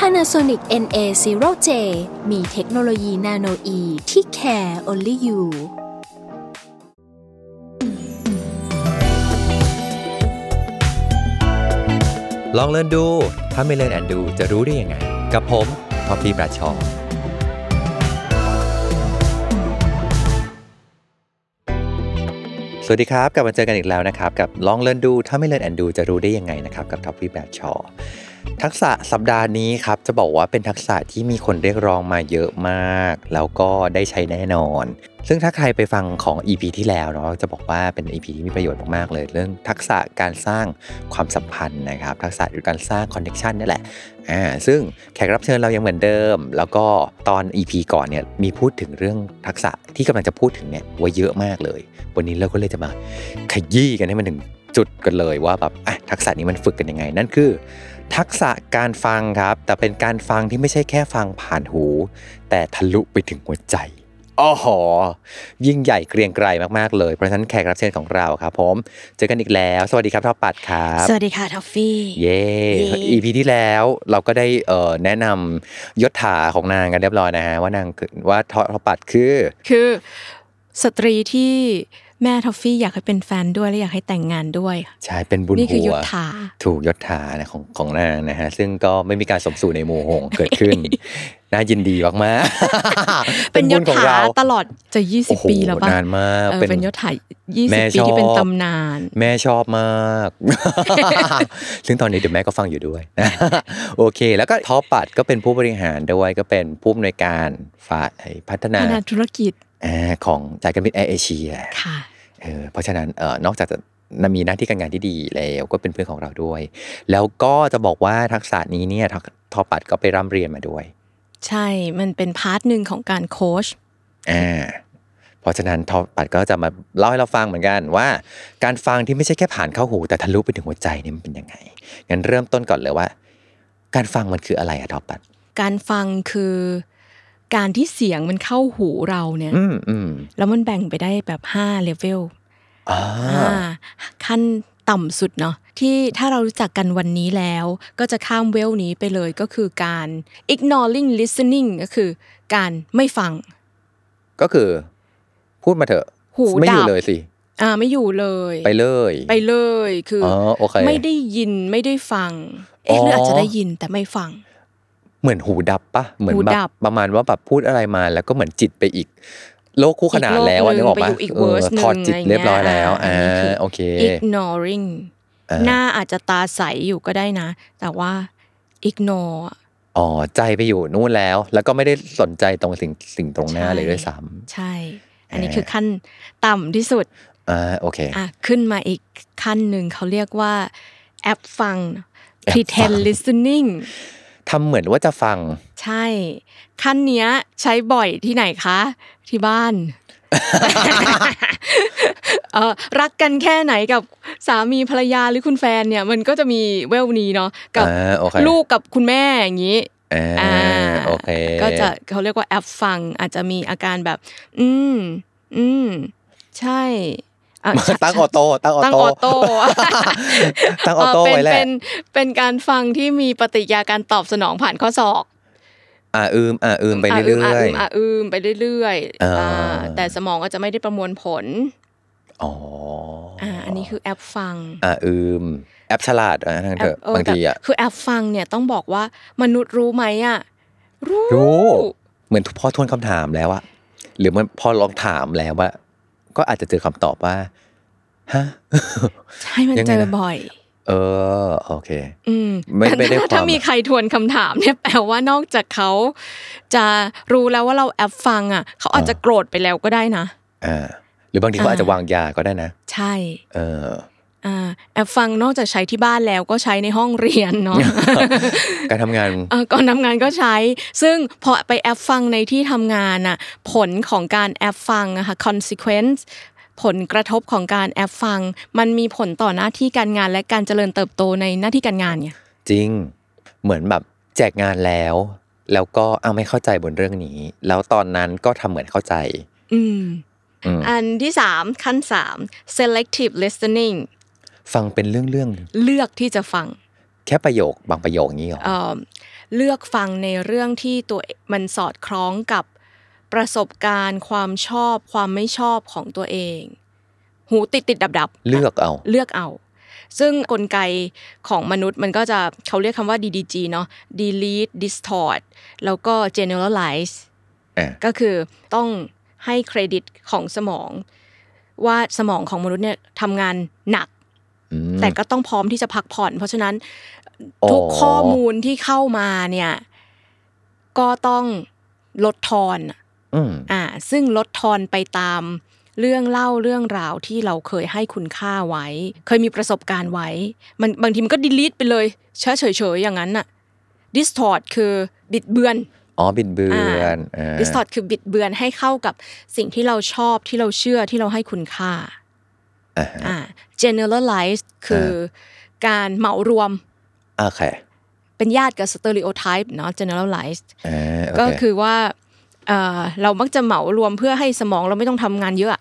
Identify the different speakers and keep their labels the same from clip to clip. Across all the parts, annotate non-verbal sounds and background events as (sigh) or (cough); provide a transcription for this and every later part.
Speaker 1: Panasonic NA0J มีเทคโนโลยีนาโนอีที่ care only you
Speaker 2: ลองเล่นดู ถ้าไม่เล่นแอนดูจะรู้ได้ยังไง กับผมท็อปฟี่ประชอสวัสดีครับ กลับมาเจอกันอีกแล้วนะครับ กับลองเล่นดู ถ้าไม่เล่นแอนดูจะรู้ได้ยังไงนะครับ กับท็อปฟี่ประชอทักษะสัปดาห์นี้ครับ จะบอกว่าเป็นทักษะที่มีคนเรียกร้องมาเยอะมาก แล้วก็ได้ใช้แน่นอน ซึ่งถ้าใครไปฟังของ EP ที่แล้วเนาะจะบอกว่าเป็น EP ที่มีประโยชน์มาก ๆ เลย เรื่องทักษะการสร้างความสัมพันธ์นะครับ ทักษะหรือการสร้างคอนเน t ชันนี่แหละอ่าซึ่งแขกรับเชิญเรายังเหมือนเดิม แล้วก็ตอน EP ก่อนเนี่ยมีพูดถึงเรื่องทักษะที่กำลังจะพูดถึงเนี่ยไว่าเยอะมากเลย วันนี้เราก็เลยจะมาขยี้กันให้มันถึงจุดกันเลยว่าแบบอ่ะทักษะนี้มันฝึกกันยังไง นั่นคือ ทักษะการฟังครับ แต่เป็นการฟังที่ไม่ใช่แค่ฟังผ่านหู แต่ทะลุไปถึงหัวใจอ้อหอ ยิ่งใหญ่เกรียงไกรมาก ๆ เลย เพราะฉะนั้นแขกรับเชิญของเราครับผม เจอกันอีกแล้ว สวัสดีครับทอปปัดครับ
Speaker 3: สวัสดีค่ะท็อฟฟี่
Speaker 2: เย่
Speaker 3: เย่
Speaker 2: อีพีที่แล้วเราก็ได้เอ่อแนะนำยศถาของนางกันเรียบร้อยนะฮะ ว่านางคือว่าทอทอปปัดคือ
Speaker 3: คือสตรีที่แม่ท็อฟฟี่อยากให้เป็นแฟนด้วยและอยากให้แต่งงานด้วย
Speaker 2: ใช่เป็นบุญ
Speaker 3: นี่คือ
Speaker 2: หั
Speaker 3: ยุ
Speaker 2: ว
Speaker 3: ทธา
Speaker 2: ถูกยศถานะของของนางนะฮะ ซึ่งก็ไม่มีการสมสู่ในหมู่ห
Speaker 3: (laughs)
Speaker 2: งเกิดขึ้น น่ายินดีมากๆ
Speaker 3: เป็นย
Speaker 2: บุญ
Speaker 3: ศ
Speaker 2: ของ
Speaker 3: ถา
Speaker 2: เรา
Speaker 3: ตลอดจะ
Speaker 2: โอ้โห
Speaker 3: 20 ปีแล้วป่ะ
Speaker 2: นานมาก
Speaker 3: เออเป็นยศถา
Speaker 2: แม่
Speaker 3: 20 ปี
Speaker 2: ชอบ
Speaker 3: ที่เป็นตำนาน
Speaker 2: แม่ชอบมาก (laughs) ซึ่งตอนนี้เดี๋ยวแม่ก็ฟังอยู่ (laughs) ด้วย โอเค แล้วก็ท็อปปัดก็เป็นผู้บริหารด้วย ก็เป็นผู้อำนวยการฝ่ายพัฒนา
Speaker 3: พัฒนาธุรกิจ
Speaker 2: อ่าของสายการบินแอร์เอเชีย
Speaker 3: ค่ะ
Speaker 2: เออเพราะฉะนั้นเออนอกจากจะมีหน้าที่การงานที่ดีแล้วก็เป็นเพื่อนของเราด้วย แล้วก็จะบอกว่าทักษะนี้เนี่ยทอทอปัดก็ไปร่ำเรียนมาด้วย
Speaker 3: ใช่มันเป็นพาร์ทหนึ่งของการโค้ช
Speaker 2: อ่าเพราะฉะนั้นทอปัดก็จะมาเล่าให้เราฟังเหมือนกันว่า การฟังที่ไม่ใช่แค่ผ่านเข้าหูแต่ทะลุไปถึงหัวใจเนี่ยมันเป็นยังไง งั้นเริ่มต้นก่อนเลยว่า การฟังมันคืออะไรอะทอปัด
Speaker 3: การฟังคือ การที่เสียงมันเข้าหูเราเนี่ย
Speaker 2: อืมอืม
Speaker 3: แล้วมันแบ่งไปได้แบบ5เลเวล
Speaker 2: อ่า
Speaker 3: อ่าขั้นต่ำสุดเนาะที่ถ้าเรารู้จักกันวันนี้แล้ว ก็จะข้ามเวลนี้ไปเลยก็คือการ ignoring listening ก็คือการไม่ฟัง
Speaker 2: ก็คือ พูดมาเถอะ
Speaker 3: หู
Speaker 2: ไม่อยู่
Speaker 3: ดับ
Speaker 2: เลยสิ
Speaker 3: อ่าไม่อยู่เลย
Speaker 2: ไปเลย
Speaker 3: ไปเลยคืออ
Speaker 2: อโอเค
Speaker 3: ไม่ได้ยินไม่ได้ฟังเอ๊ะ
Speaker 2: อ๋อ
Speaker 3: หรืออาจจะได้ยินแต่ไม่ฟัง
Speaker 2: เหมือนหูดับปะเหมือน
Speaker 3: หู
Speaker 2: แบ
Speaker 3: ดั
Speaker 2: บบ ประมาณว่าแบบพูดอะไรมา แล้วก็เหมือนจิตไปอีก โลกคู่ขนานแล้วอะ
Speaker 3: อี
Speaker 2: นึ
Speaker 3: ก
Speaker 2: ก
Speaker 3: โล
Speaker 2: อก อกปะ
Speaker 3: หนึ่งไปอยู่อีก verse หนึ่ง
Speaker 2: ถอดจิตเรียบร้อยแล้ว
Speaker 3: อะไร
Speaker 2: อ่า
Speaker 3: อย่างเงี้ยอ่า
Speaker 2: โอเค
Speaker 3: ignoring
Speaker 2: อ่า
Speaker 3: หน้าอาจจะตาใสอยู่ก็ได้นะ แต่ว่า ignore อะ
Speaker 2: อ๋อใจไปอยู่นู่นแล้ว แล้วก็ไม่ได้สนใจตรงสิ่งสิ่งตรงหน้า
Speaker 3: ใช่
Speaker 2: เลยด้วยซ้
Speaker 3: ใช่ อันนี้
Speaker 2: อ่า
Speaker 3: คือขั้นต่ำที่สุด
Speaker 2: ำอ่าโอเค
Speaker 3: อ่ะขึ้นมาอีกขั้นหนึ่งเขาเรียกว่าแอปฟัง
Speaker 2: แอปฟัง
Speaker 3: pretend listening
Speaker 2: ทำเหมือนว่าจะฟัง
Speaker 3: ใช่ ขั้นเนี้ยใช้บ่อยที่ไหนคะ ที่บ้าน
Speaker 2: (laughs)
Speaker 3: เออรักกันแค่ไหนกับสามีภรรยาหรือคุณแฟนเนี่ย มันก็จะมีเวลนี้เนาะกับ
Speaker 2: อ่าโอเค
Speaker 3: ลูกกับคุณแม่อย่างนี้
Speaker 2: อ่า
Speaker 3: อ่า
Speaker 2: โอเค
Speaker 3: ก็จะเขาเรียกว่าแอปฟังอาจจะมีอาการแบบ อืม อืม ใช่อ่ะ
Speaker 2: ตั้งออโต้ตั้งออ
Speaker 3: ตั้งอ
Speaker 2: โต้
Speaker 3: อโต้
Speaker 2: (laughs) ตั้งออโต้
Speaker 3: เเป็น
Speaker 2: ไว้แหละ
Speaker 3: เป็นเป็นการฟังที่มีปฏิกิริยาการตอบสนองผ่านข้อศอก
Speaker 2: อ่าอืมอ่าอืมไปเรื่
Speaker 3: ะ
Speaker 2: อย
Speaker 3: มะอืมไปเรื่อยๆ
Speaker 2: อ่า
Speaker 3: อ่าแต่สมองก็จะไม่ได้ประมวลผล
Speaker 2: ๆอ๋ออ่า
Speaker 3: อ่าอันนี้คือแอปฟัง
Speaker 2: อ่าอืมแอปฉลาดอ่ะนั่นเถอะ
Speaker 3: แอปเออบ
Speaker 2: างทีอ่ะ
Speaker 3: แต่คือแอปฟังเนี่ยต้องบอกว่ามนุษย์รู้ไหมอ่ะรู้
Speaker 2: รู้เหมือนพอทวนคำถามแล้วอะหรือมันพอลองถามแล้วว่า ก็อาจจะเจอคำตอบว่าฮะ
Speaker 3: ใช่มัน
Speaker 2: ยังไง
Speaker 3: เจอ
Speaker 2: นะ
Speaker 3: บ่อย
Speaker 2: เออโอเค
Speaker 3: อืม
Speaker 2: ไม่
Speaker 3: แต่
Speaker 2: ไม่ได้ค
Speaker 3: ถ้า
Speaker 2: วาม
Speaker 3: ถ้า
Speaker 2: อะ
Speaker 3: มีใครทวนคำถามเนี่ยแปลว่านอกจากเขาจะรู้แล้วว่าเราแอปฟังอ่ะเขาอาจ
Speaker 2: อ่า
Speaker 3: จะโกรธไปแล้วก็ได้นะ
Speaker 2: อ่า หรือ บางทีเขาอาจจะวางยาก็ได้นะ
Speaker 3: (laughs) ใช่
Speaker 2: เออ
Speaker 3: อ่าแอบฟังนอกจากใช้ที่บ้านแล้วก็ใช้ในห้องเรียน (laughs) เนาะ
Speaker 2: การทำงาน
Speaker 3: เอ่อก่อนทำงานก็ใช้ ซึ่งพอไปแอปฟังในที่ทำงานน่ะผลของการแอปฟังอะค่ะ consequence ผลกระทบของการแอปฟัง มันมีผลต่อหน้าที่การงานและการเจริญเติบโตในหน้าที่การงานเนี่ย
Speaker 2: จริง เหมือนแบบแจกงานแล้ว แล้วก็เอาไม่เข้าใจบนเรื่องนี้ แล้วตอนนั้นก็ทำเหมือนเข้าใจ
Speaker 3: อืม
Speaker 2: อืม
Speaker 3: อันที่สามขั้นสาม selective listening
Speaker 2: ฟังเป็นเรื่อง
Speaker 3: เลือกที่จะฟัง
Speaker 2: ๆแค่ประโยคบางประโยคนี้หรอ
Speaker 3: เอ่อเลือกฟังในเรื่องที่ตัวเองมันสอดคล้องกับประสบการณ์ความชอบความไม่ชอบของตัวเอง หูติดติดดับดับ
Speaker 2: เลือกเอา
Speaker 3: เลือกเอา ซึ่งกลไกของมนุษย์มันก็จะเขาเรียกคำว่า DDG เนาะ delete distort แล้วก็ generalize
Speaker 2: อ่ะ
Speaker 3: ก็คือต้องให้เครดิตของสมอง ว่าสมองของมนุษย์เนี่ยทำงานหนัก
Speaker 2: อืม
Speaker 3: แต่ก็ต้องพร้อมที่จะพักผ่อน เพราะฉะนั้น
Speaker 2: อ๋อ
Speaker 3: ทุกข้อมูลที่เข้ามาเนี่ยก็ต้องลดทอน
Speaker 2: อืม
Speaker 3: อ่าซึ่งลดทอนไปตามเรื่องเล่าเรื่องราวที่เราเคยให้คุณค่าไว้ เคยมีประสบการณ์ไว้ มันบางทีมันก็ดีลีทไปเลยเฉยเฉยๆอย่างนั้นน่ะดิสทอ t คือบิดเบือน
Speaker 2: อ๋อบิดเบือนอ่า
Speaker 3: ดิสทอ t คือบิดเบือนให้เข้ากับสิ่งที่เราชอบที่เราเชื่อที่เราให้คุณค่า
Speaker 2: อ่า
Speaker 3: อ่า generalize คือการเหมารวม
Speaker 2: โอเค
Speaker 3: เป็นญาติกับ stereotype เนาะ generalize
Speaker 2: อ่าโเ
Speaker 3: ก็คือว่าเอ่อเรามักจะเหมารวมเพื่อให้สมองเราไม่ต้องทำงานเยอะ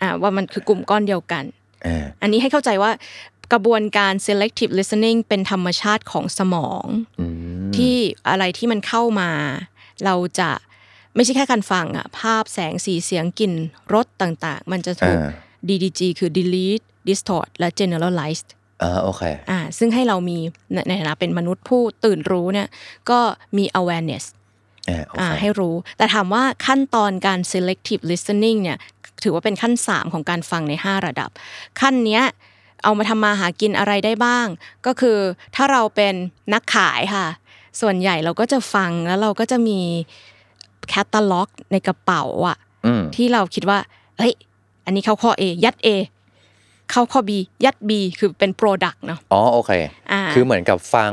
Speaker 3: อ่าว่ามันคือกลุ่มก้อนเดียวกัน
Speaker 2: อ่า
Speaker 3: อันนี้ให้เข้าใจว่ากระบวนการ selective listening เป็นธรรมชาติของสมอง
Speaker 2: อืม
Speaker 3: ที่อะไรที่มันเข้ามา เราจะไม่ใช่แค่การฟังอะภาพแสงสีเสียงกลิ่นรสต่างๆ มันจะถูก
Speaker 2: อ่า
Speaker 3: DDG คือ delete distort และ generalized
Speaker 2: อ่าโอเค
Speaker 3: อ่าซึ่งให้เรามีในในฐานะเป็นมนุษย์ผู้ตื่นรู้เนี่ยก็มี awareness
Speaker 2: อ่าโอ
Speaker 3: อ่า
Speaker 2: เค
Speaker 3: ให้รู้ แต่ถามว่าขั้นตอนการ selective listening เนี่ยถือว่าเป็นขั้น 3 ของการฟังใน 5 ระดับ ขั้นเนี้ยเอามาทำมาหากินอะไรได้บ้าง ก็คือถ้าเราเป็นนักขายค่ะ ส่วนใหญ่เราก็จะฟังแล้วเราก็จะมีแคตตาล็อกในกระเป๋าอะ
Speaker 2: อืม
Speaker 3: ที่เราคิดว่าเฮ้ยอันนี้เข้าข้อ A ยัด A เข้าข้อ B ยัด B คือเป็น Product เนาะ
Speaker 2: อ๋อโอเค
Speaker 3: อ่า
Speaker 2: คือเหมือนกับฟัง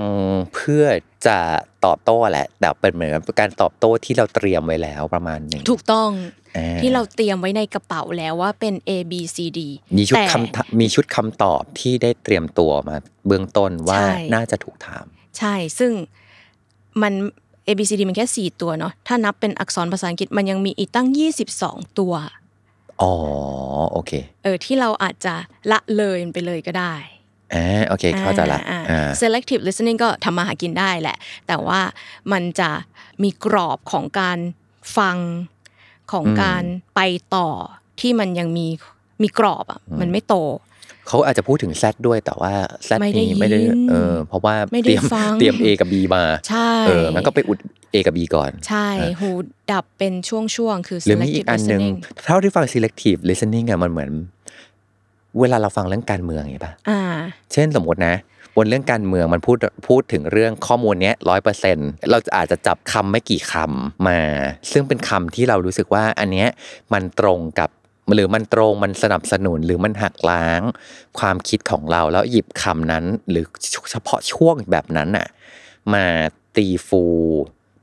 Speaker 2: เพื่อจะตอบโต้แหละ แต่เป็นเหมือนกับการตอบโต้ที่เราเตรียมไว้แล้วประมาณหนึ่ง
Speaker 3: ถูกต้อง
Speaker 2: อ่
Speaker 3: ที่เราเตรียมไว้ในกระเป๋าแล้วว่าเป็น A B C D
Speaker 2: มีชุด
Speaker 3: แต่
Speaker 2: คำถมีชุดคำตอบที่ได้เตรียมตัวมา เบื้องต้นว่า
Speaker 3: ใช่
Speaker 2: น่าจะถูกถาม
Speaker 3: ใช่ ซึ่งมัน A B C D มันแค่ 4 ตัวเนาะ ถ้านับเป็นอักษรภาษาอังกฤษมันยังมีอีกตั้ง 22 ตัว
Speaker 2: อ๋อ โอเค
Speaker 3: เออที่เราอาจจะละเลยมันไปเลยก็ได้
Speaker 2: อ่าโอเค เข้าใจละ
Speaker 3: อ่าอ่า
Speaker 2: อ่า
Speaker 3: selective listening ก็ทำมาหากินได้แหละ แต่ว่ามันจะมีกรอบของการฟังของ
Speaker 2: อืม
Speaker 3: การไปต่อที่มันยังมีมีกรอบอ่ะมันไม่โต
Speaker 2: เขาอาจจะพูดถึงแซดด้วยแต่ว่าแซด
Speaker 3: ไม่ได้
Speaker 2: นี่
Speaker 3: ยิน
Speaker 2: ไม่ได้เออเพราะว่า
Speaker 3: ไม่ได้
Speaker 2: เตรียม
Speaker 3: ฟัง
Speaker 2: เตรียม A กับ B มา
Speaker 3: ใช่
Speaker 2: เออมันก็ไปอุด A กับ B ก่อน
Speaker 3: ใช่หูดับเป็นช่วงๆคือ
Speaker 2: หรือมีอีก
Speaker 3: selective
Speaker 2: อันหนึ่ง
Speaker 3: listening
Speaker 2: เท่าที่ฟัง selective listening อะมันเหมือน เวลาเราฟังเรื่องการเมืองอย่างนี้ปะ
Speaker 3: อ่า
Speaker 2: เช่นสมมตินะ บนเรื่องการเมืองมันพูดพูดถึงเรื่องข้อมูลเนี้ยร้อยเปอร์เซ็นเราจะอาจจะจับคำไม่กี่คำมา ซึ่งเป็นคำที่เรารู้สึกว่าอันเนี้ยมันตรงกับหรือมันตรงมันสนับสนุนหรือมันหักล้าง ความคิดของเราแล้วหยิบคำนั้น หรือเฉพาะช่วงแบบนั้นน่ะมาตีฟู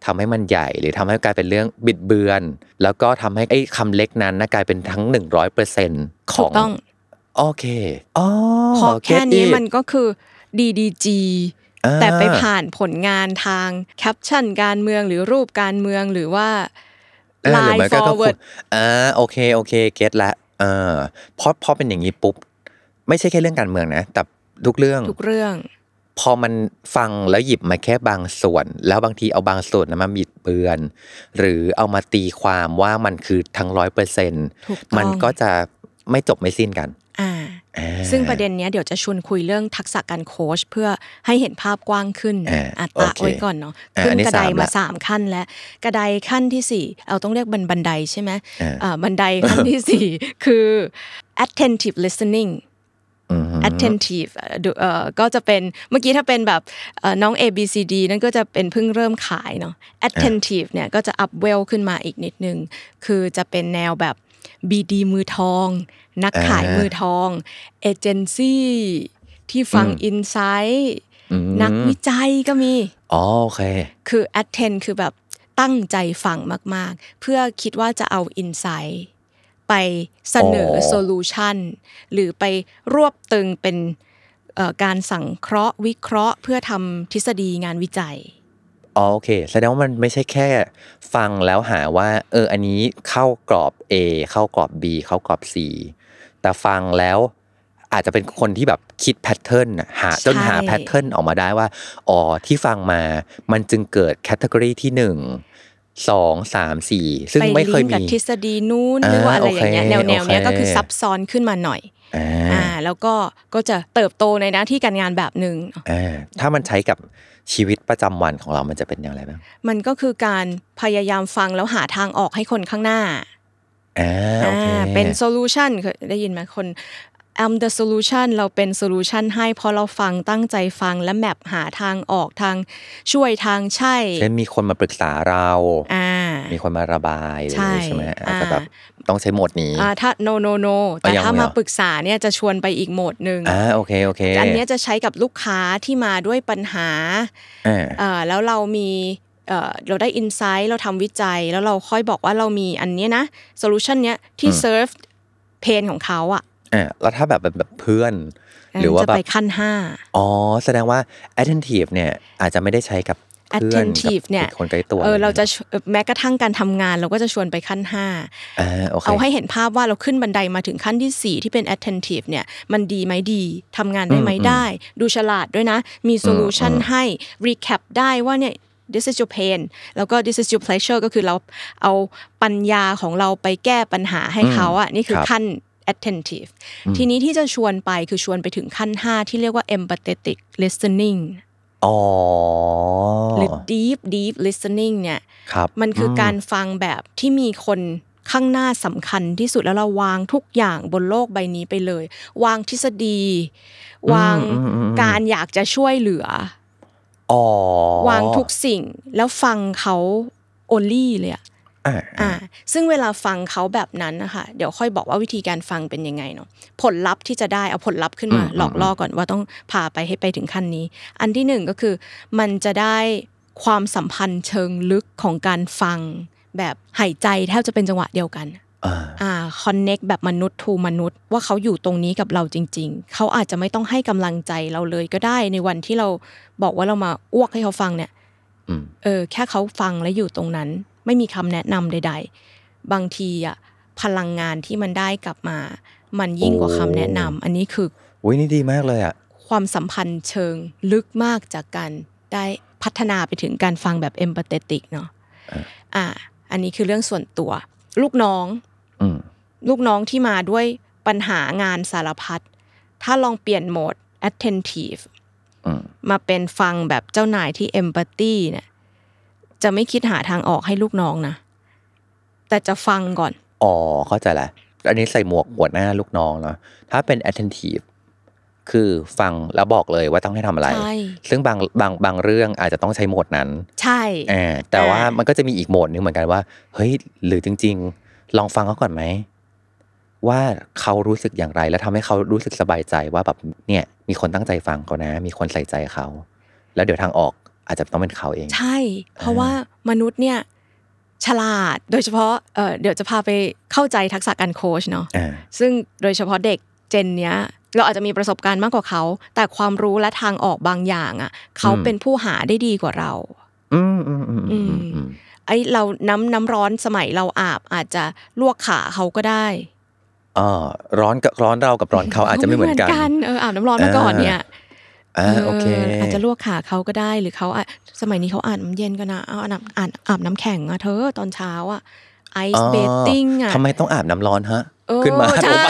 Speaker 2: ทำให้มันใหญ่ หรือทำให้กลายเป็นเรื่องบิดเบือน แล้วก็ทำให้ไอ้คำเล็กนั้นนะกลายเป็นทั้ง 100%ข
Speaker 3: ถู
Speaker 2: อก ง
Speaker 3: ต้อง
Speaker 2: โอเคอ๋อ
Speaker 3: พอ
Speaker 2: get
Speaker 3: แค่นี้
Speaker 2: it
Speaker 3: มันก็คือ DDG
Speaker 2: อ่า
Speaker 3: แต่ไปผ่านผลงานทางแคปชั่นการเมืองหรือรูปการเมืองหรือว่า
Speaker 2: เออหรือ
Speaker 3: line
Speaker 2: ไม่ก็ต้องคุ
Speaker 3: forward
Speaker 2: อ่าโอเคโอเคเก็ตละเออพอพอเป็นอย่างนี้ปุ๊บ ไม่ใช่แค่เรื่องการเมืองนะ แต่ทุกเรื่อง
Speaker 3: ทุกเรื่อง
Speaker 2: พอมันฟังแล้วหยิบมาแค่บางส่วน แล้วบางทีเอาบางส่วนนั้นมาบิดเบือน หรือเอามาตีความว่ามันคือทั้งร้อยเปอร์เซ็น
Speaker 3: ถูกต้อง
Speaker 2: มันก็จะไม่จบไม่สิ้นกัน
Speaker 3: อ่า
Speaker 2: อ่า
Speaker 3: ซึ่งประเด็นเนี้ยเดี๋ยวจะชวนคุยเรื่องทักษะการโค้ชเพื่อให้เห็นภาพกว้างขึ้น
Speaker 2: อ่า
Speaker 3: อั
Speaker 2: โอ
Speaker 3: ตะ
Speaker 2: เค
Speaker 3: ไว้ก่อนเนาะ
Speaker 2: อ่า
Speaker 3: ขึ้
Speaker 2: อัน
Speaker 3: น
Speaker 2: นี้
Speaker 3: กระได
Speaker 2: สาม
Speaker 3: มา
Speaker 2: ละ
Speaker 3: สามขั้นแล้วกระไดขั้นที่สี่เราต้องเรียกบันบันไดใช่ไหม
Speaker 2: อ่า
Speaker 3: อ่าบันไดขั้นที่ (laughs) สี่ คือ attentive listening
Speaker 2: อืม
Speaker 3: attentive เอ่อดูเอ่อก็จะเป็นเมื่อกี้ถ้าเป็นแบบเอ่อน้อง A B C D นั่นก็จะเป็นเพิ่งเริ่มขายเนาะ attentive เนี่ยก็จะ up well ขึ้นมาอีกนิดนึง คือจะเป็นแนวแบบ BD มือทอง นักขาย
Speaker 2: อ่ามื
Speaker 3: มือทองเอเจนซี่ที่ฟัง
Speaker 2: อืม
Speaker 3: อินไซต์
Speaker 2: อืม
Speaker 3: นักวิจัยก็มี
Speaker 2: อ๋อโอเค
Speaker 3: คือ attend คือแบบตั้งใจฟังมาก ๆ เพื่อคิดว่าจะเอา insight ไปเสนอ
Speaker 2: อ๋อ
Speaker 3: solution หรือไปรวบตึงเป็นเอ่อการสังเคราะห์วิเคราะห์ เพื่อทำทฤษฎีงานวิจัย
Speaker 2: อ๋อโอเคแสดงว่ามันไม่ใช่แค่ฟังแล้วหาว่า เออ อันนี้เข้ากรอบ A เข้ากรอบ B เข้ากรอบ C แต่ฟังแล้วอาจจะเป็นคนที่แบบคิดแพทเทิร์นน่ะหาจนหา
Speaker 3: ใช่
Speaker 2: แพทเทิร์นออกมาได้ว่าอ๋อที่ฟังมามันจึงเกิดแคตตากรีที่หนึ่งสองสามสี่ซึ่ง
Speaker 3: ไป
Speaker 2: ไม่เค
Speaker 3: ลิ
Speaker 2: ย
Speaker 3: งก์
Speaker 2: มี
Speaker 3: กับทฤษฎีนู้น
Speaker 2: อ่า
Speaker 3: หรือว่าอะไรอย่างเงี้ย
Speaker 2: โอเค
Speaker 3: แนวแนวๆเนี้ย
Speaker 2: โอเค
Speaker 3: ก็คือซับซ้อนขึ้นมาหน่อย
Speaker 2: อ่า
Speaker 3: อ่าแล้วก็ก็จะเติบโตในหน้าที่การงานแบบหนึ่ง
Speaker 2: อ่าถ้ามันใช้กับชีวิตประจำวันของเรามันจะเป็นอย่างไรบ้าง
Speaker 3: มันก็คือการพยายามฟังแล้วหาทางออกให้คนข้างหน้า
Speaker 2: อ่าโอเค
Speaker 3: อ่าเป็นโซลูชันเคยได้ยินไหมคน I'm the solution เราเป็นโซลูชันให้เพอเราฟังตั้งใจฟังและแมปหาทางออกทางช่วยทางใช่
Speaker 2: เช่นมีคนมาปรึกษาเรา
Speaker 3: อ่า
Speaker 2: มีคนมาระบายอะไรอย่างงี้
Speaker 3: ใช่
Speaker 2: ใช่ไหม
Speaker 3: อ่า
Speaker 2: อาจจะแบบต้องใช้โหมดนี้
Speaker 3: อ่าถ้า no no no แต่
Speaker 2: ยัง
Speaker 3: ถ้า
Speaker 2: เหร
Speaker 3: มา
Speaker 2: อ
Speaker 3: ปรึกษาเนี่ยจะชวนไปอีกโหมดหนึ่ง
Speaker 2: อ่าโอเคโอเค
Speaker 3: อันเนี้ยจะใช้กับลูกค้าที่มาด้วยปัญหา
Speaker 2: อ่า
Speaker 3: เอ่อแล้วเรามีเอ่อเราได้อินไซต์เราทำวิจัย แล้วเราค่อยบอกว่าเรามีอันเนี้ยนะโซลูชันเนี้ยที่ serve pain ของเขาอ่ะ
Speaker 2: อ่าแล้วถ้าแบบแบบแบบเพื่อน หรือว่า
Speaker 3: จะ
Speaker 2: แบบ
Speaker 3: ไปขั้นห้า
Speaker 2: อ๋อแสดงว่า attentive เนี่ยอาจจะไม่ได้ใช้กับเพื่อนกับ
Speaker 3: attentive เนี่ย
Speaker 2: คนใกล้ตัว
Speaker 3: เออเราจะ
Speaker 2: ไร
Speaker 3: ชวเอ่อแม้กระทั่งการทำงานเราก็จะชวนไปขั้น 5
Speaker 2: อ่าโอเค
Speaker 3: เอาให้เห็นภาพว่าเราขึ้นบันไดมาถึงขั้นทีสี่ 4 ที่เป็น attentive เนี่ยมันดีไหมดีทำงานได้ไหมได้ ดูฉลาดด้วยนะ มี solution ให้ recap ได้ว่าเนี่ย this is your pain แล้วก็ this is your pleasure ก็คือเราเอาปัญญาของเราไปแก้ปัญหาให้เขาอ่ะนี่คือขั้น attentive ทีนี้ที่จะชวนไปคือชวนไปถึงขั้น 5 ที่เรียกว่า empathetic listening
Speaker 2: อ๋อ
Speaker 3: หรือ deep deep listening เนี่ย
Speaker 2: ครับ
Speaker 3: มันคือการฟังแบบที่มีคนข้างหน้าสำคัญที่สุดแล้วเราวางทุกอย่างบนโลกใบนี้ไปเลย วางทฤษฎี วางการอยากจะช่วยเหลือ
Speaker 2: อ๋อ
Speaker 3: อวางทุกสิ่งแล้วฟังเขา only เลยอะ
Speaker 2: อ่า
Speaker 3: อ่า ซึ่งเวลาฟังเขาแบบนั้นนะคะเดี๋ยวค่อยบอกว่าวิธีการฟังเป็นยังไงเนาะผลลัพธ์ที่จะได้เอาผลลัพธ์ขึ้นมา หลอกล่อก่อนว่าต้องพาไปให้ไปถึงขั้นนี้ อันที่หนึ่งก็คือ มันจะได้ความสัมพันธ์เชิงลึกของการฟัง แบบหายใจแทบจะเป็นจังหวะเดียวกัน
Speaker 2: อ่า
Speaker 3: อ่าคอนเน็กแบบมนุษย์ทูมนุษย์ ว่าเขาอยู่ตรงนี้กับเราจริง ๆ เขาอาจจะไม่ต้องให้กำลังใจเราเลยก็ได้ในวันที่เราบอกว่าเรามาอ้วกให้เขาฟังเนี่ย
Speaker 2: อืม
Speaker 3: เออแค่เขาฟังและอยู่ตรงนั้น ไม่มีคำแนะนำใด ๆ บางทีอ่ะพลังงานที่มันได้กลับมา มันยิ่งกว่าคำแนะนำอันนี้คือ
Speaker 2: อุ้ยนี่ดีมากเลยอ่ะ
Speaker 3: ความสัมพันธ์เชิงลึกมากจากการได้พัฒนาไปถึงการฟังแบบเอมพัตติกเนาะอ่าอันนี้คือเรื่องส่วนตัว ลูกน้อง
Speaker 2: อืม
Speaker 3: ลูกน้องที่มาด้วยปัญหางานสารพัด ถ้าลองเปลี่ยนโหมด attentive
Speaker 2: อืม
Speaker 3: มาเป็นฟังแบบเจ้านายที่ empathy เนี่ย จะไม่คิดหาทางออกให้ลูกน้องนะ แต่จะฟังก่อน
Speaker 2: อ๋อเข้าใจละอันนี้ใส่หมวกหัวหน้าลูกน้องเนาะถ้าเป็น attentive คือฟังแล้วบอกเลยว่าต้องให้ทำอะไร
Speaker 3: ใช่
Speaker 2: ซึ่งบางบางบางเรื่องอาจจะต้องใช้โหมดนั้น
Speaker 3: ใช่
Speaker 2: อ่าแต่ว่า
Speaker 3: อ่ามั
Speaker 2: มันก็จะมีอีกโหมดหนึงเหมือนกันว่า เฮ้ย หรือจริง ๆ ลองฟังเขาก่อนไหม ว่าเขารู้สึกอย่างไร แล้วทำให้เขารู้สึกสบายใจว่าแบบเนี่ย มีคนตั้งใจฟังเขานะ มีคนใส่ใจเขา แล้วเดี๋ยวทางออกอาจจะต้องเป็นเขาเอง
Speaker 3: ใช่ เพราะว่ามนุษย์เนี่ย ฉลาด โดยเฉพาะเอ่อเดี๋ยวจะพาไปเข้าใจทักษะการโค้ชเนาะ
Speaker 2: อ่า
Speaker 3: ซึ่งโดยเฉพาะเด็กเจนเนี้ย เราอาจจะมีประสบการณ์มากกว่าเขา แต่ความรู้และทางออกบางอย่างอ่ะเขา
Speaker 2: อืม
Speaker 3: เป็นผู้หาได้ดีกว่าเรา
Speaker 2: อืมอืมอืมอืมอืมอืม
Speaker 3: ไอเราน้ำน้ำร้อนสมัยเราอาบอาจจะลวกขาเขาก็ได้
Speaker 2: อ่าร้อนกับร้อนเรากับร้อนเขาอาจจะไม่เหมือนกัน
Speaker 3: เอออาบน้ำร้อนมาก่อนเนี่ย
Speaker 2: อ่าโอเค
Speaker 3: อาจจะลวกขาเขาก็ได้หรือเขาอ่ะสมัยนี้เขาอาบน้ำเย็นกันนะเอาอาบอาบอาบน้ำแข็งอะเธอตอนเช้าอะไอ
Speaker 2: อ๋อ
Speaker 3: ซ์เบตติ้งอะ
Speaker 2: ทำไมต้องอาบน้ำร้อนฮะ
Speaker 3: เออ
Speaker 2: ขึ้นมา
Speaker 3: ใช่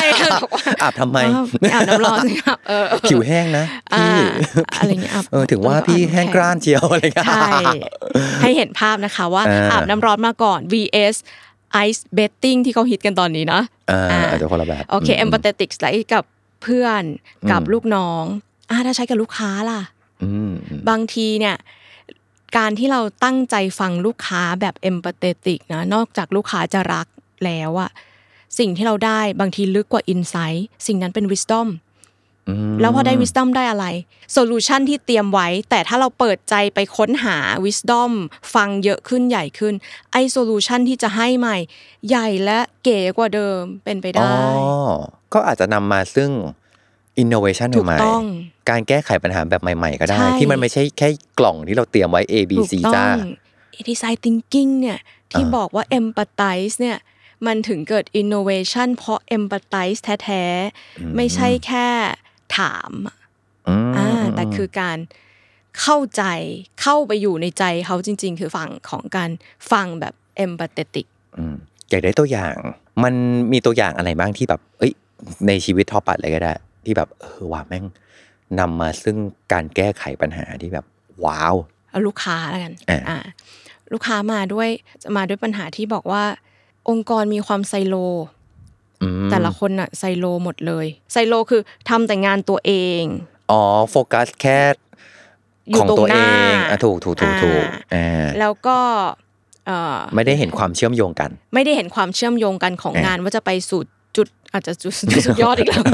Speaker 2: อาบทำไม
Speaker 3: อ้าวอาบน้ำร้อนสิครับเออเออ
Speaker 2: (laughs) ผิวแห้งนะ
Speaker 3: อ่า
Speaker 2: พี่
Speaker 3: อะไรเงี้ยอาบ
Speaker 2: เออถึงว่า
Speaker 3: ต้อ
Speaker 2: พี่
Speaker 3: อบำ
Speaker 2: แห้งกร้านเชียว (laughs) อะไรเงี้ย
Speaker 3: ใช่ให้เห็นภาพนะคะว่า
Speaker 2: อ่า
Speaker 3: อาบน้ำร้อนมาก่อน vs ice betting ที่เขาฮิตกันตอนนี้นะ
Speaker 2: อ่า
Speaker 3: อ่า
Speaker 2: อาจจะคนละแบบ
Speaker 3: โอเค
Speaker 2: ม
Speaker 3: empathetic ไหลกับเพื่อน
Speaker 2: อืม
Speaker 3: กับลูกน้องอ่าถ้าใช้กับลูกค้าล่ะ
Speaker 2: อืมอืม
Speaker 3: บางทีเนี่ยการที่เราตั้งใจฟังลูกค้าแบบ empathetic นะนอกจากลูกค้าจะรักแล้วอะ สิ่งที่เราได้บางทีลึกกว่า insight สิ่งนั้นเป็น wisdom
Speaker 2: อืม
Speaker 3: แล้วพอได้ wisdom ได้อะไร solution ที่เตรียมไว้ แต่ถ้าเราเปิดใจไปค้นหา wisdom ฟังเยอะขึ้นใหญ่ขึ้น ไอ้ solution ที่จะให้ใหม่ ใหญ่และเก๋กว่าเดิมเป็นไป
Speaker 2: อ๋อ
Speaker 3: ได้
Speaker 2: ก็อาจจะนำมาซึ่ง innovation
Speaker 3: ถูก
Speaker 2: ใหม่ๆ
Speaker 3: ต้อง
Speaker 2: การแก้ไขปัญหาแบบใหม่ๆ ก็ได้
Speaker 3: ใช่
Speaker 2: ที่มันไม่ใช่แค่กล่องที่เราเตรียมไว้ A B
Speaker 3: ถูก
Speaker 2: C
Speaker 3: ต้
Speaker 2: จ้า
Speaker 3: องดีไซน์ทิงกิ้งเนี่ยที่
Speaker 2: อ่า
Speaker 3: บอกว่า empathize เนี่ยมันถึงเกิด innovation เพราะ empathize แท้ๆ ไม่ใช่แค่ถาม
Speaker 2: อืม
Speaker 3: อ่าแต่คือการเข้าใจเข้าไปอยู่ในใจเขาจริงๆ คือฝั่งของการฟังแบบ empathetic
Speaker 2: มอยากได้ตัวอย่าง มันมีตัวอย่างอะไรบ้างที่แบบ เอ้ย ในชีวิตทอปัดเลยก็ได้ ที่แบบเออว่าแม่งนำมาซึ่งการแก้ไขปัญหาที่แบบ ว้าว
Speaker 3: เอาลูกค้าแล้วกัน
Speaker 2: อ่า
Speaker 3: อ่าลูกค้ามาด้วยจะมาด้วยปัญหาที่บอกว่า องค์กรมีความไซโล
Speaker 2: อืม
Speaker 3: แต่ละคนอะไซโลหมดเลย ไซโลคือทำแต่งานตัวเอง
Speaker 2: อ๋อโฟกัสแค่
Speaker 3: อยู่
Speaker 2: ของ
Speaker 3: ตรง
Speaker 2: ตัว
Speaker 3: ห
Speaker 2: เอ
Speaker 3: น้าง
Speaker 2: อ่ะถูกถูกถูกถูก
Speaker 3: อ่า
Speaker 2: อ่า
Speaker 3: แล้วก็เอ่อ
Speaker 2: ไม่ได้เห็นความเชื่อมโยงกัน
Speaker 3: ไม่ได้เห็นความเชื่อมโยงกันของ
Speaker 2: เอ่อ
Speaker 3: งานว่าจะไปสู่จุดอาจจะจุดจุดสุดยอดอี
Speaker 2: (laughs)
Speaker 3: กแล้ว (laughs)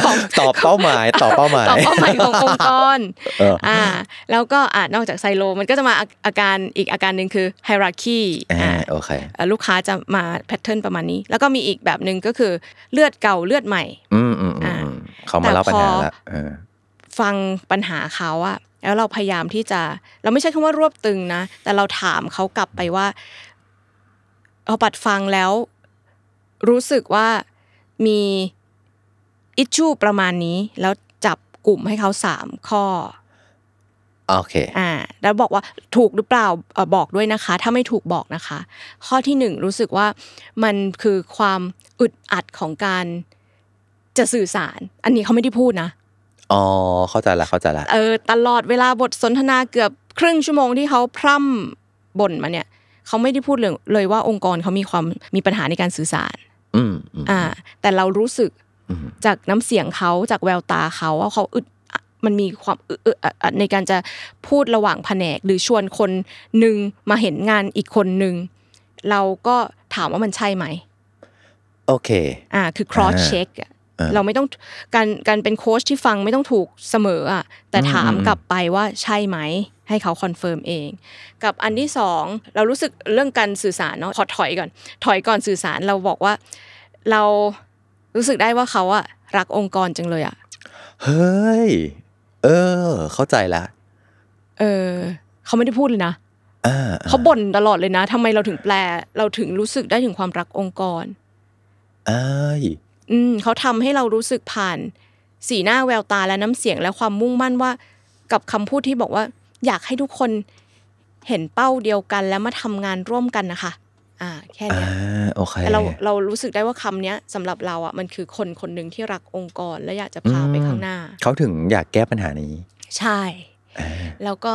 Speaker 3: ของ
Speaker 2: ตอบเป้าหมาย
Speaker 3: (laughs)
Speaker 2: ตอบเป้าหมาย
Speaker 3: ตอบเป้าหมายขององค์กร
Speaker 2: เออ
Speaker 3: อ่าแล้วก็อ่านอกจากไซโล มันก็จะมาอาอาการอีกอาการหนึ่งคือไฮรักี
Speaker 2: อ่า
Speaker 3: อ่า
Speaker 2: โอเค
Speaker 3: เอ่อลูกค้าจะมาแพทเทิร์นประมาณนี้ แล้วก็มีอีกแบบหนึ่งก็คือเลือดเก่าเลือดใหม่
Speaker 2: อืมอืมอืม
Speaker 3: อ่า
Speaker 2: อืมเขามาเล่า
Speaker 3: แต่
Speaker 2: ปัญ
Speaker 3: พอ
Speaker 2: หาละเออ
Speaker 3: ฟังปัญหาเขาอะแล้วเราพยายามที่จะ เราไม่ใช่คำว่ารวบตึงนะ แต่เราถามเขากลับไปว่าเอาปัดฟังแล้ว รู้สึกว่ามีอิชชูประมาณนี้ แล้วจับกลุ่มให้เขาสามข้อ
Speaker 2: โอเค
Speaker 3: อ่าแล้วบอกว่าถูกหรือเปล่าเอ่อบอกด้วยนะคะ ถ้าไม่ถูกบอกนะคะ ข้อที่หนึ่งรู้สึกว่ามันคือความอึดอัดของการจะสื่อสาร อันนี้เขาไม่ได้พูดนะ
Speaker 2: อ๋อ เข้าใจละเข้าใจละ
Speaker 3: เออตลอดเวลาบทสนทนาเกือบครึ่งชั่วโมงที่เขาพร่ำบ่นมาเนี่ยเขาไม่ได้พูดเลยเลยว่าองค์กรเขามีความมีปัญหาในการสื่อสาร
Speaker 2: อืมอืม
Speaker 3: อ่าแต่เรารู้สึก
Speaker 2: อืม
Speaker 3: จากน้ำเสียงเขาจากแววตาเขาว่าเขาอึดอัดมันมีความอึอึอัดอัดในการจะพูดระหว่างแผนก หรือชวนคนหนึ่งมาเห็นงานอีกคนหนึ่งเราก็ถามว่ามันใช่ไหม
Speaker 2: โอเค
Speaker 3: อ่าคือ cross check อะ
Speaker 2: เออ
Speaker 3: เราไม่ต้องการการเป็นโค้ชที่ฟังไม่ต้องถูกเสมออ่ะแต่
Speaker 2: อืม
Speaker 3: ถาม
Speaker 2: อืม
Speaker 3: กลับไปว่าใช่ไหม ให้เขาคอนเฟิร์มเอง กับอันที่สองเรารู้สึกเรื่องการสื่อสารเนาะขอถอยก่อน ถอยก่อนสื่อสารเราบอกว่า เรารู้สึกได้ว่าเขาอะรักองค์กรจังเลยอะ
Speaker 2: เฮ้ย เออ เข้าใจละ
Speaker 3: เออเขาไม่ได้พูดเลยนะ
Speaker 2: อ่าอ่า
Speaker 3: เขาบ่นตลอดเลยนะทำไมเราถึงแปล เราถึงรู้สึกได้ถึงความรักองค์กร
Speaker 2: อ้าย
Speaker 3: อืมเขาทำให้เรารู้สึกผ่าน สีหน้าแววตาและน้ำเสียงและความมุ่งมั่นว่า กับคำพูดที่บอกว่า อยากให้ทุกคนเห็นเป้าเดียวกันและมาทำงานร่วมกันนะคะ อ่า แค่
Speaker 2: อ่า
Speaker 3: เนี้ย
Speaker 2: โอเค
Speaker 3: แต่เราเรารู้สึกได้ว่าคำเนี้ยสำหรับเราอ่ะมันคือคนคนหนึ่งที่รักองค์กรและอยากจะพาไปข้างหน้า
Speaker 2: เขาถึงอยากแก้ปัญหานี้
Speaker 3: ใช่
Speaker 2: อ่า
Speaker 3: แล้วก็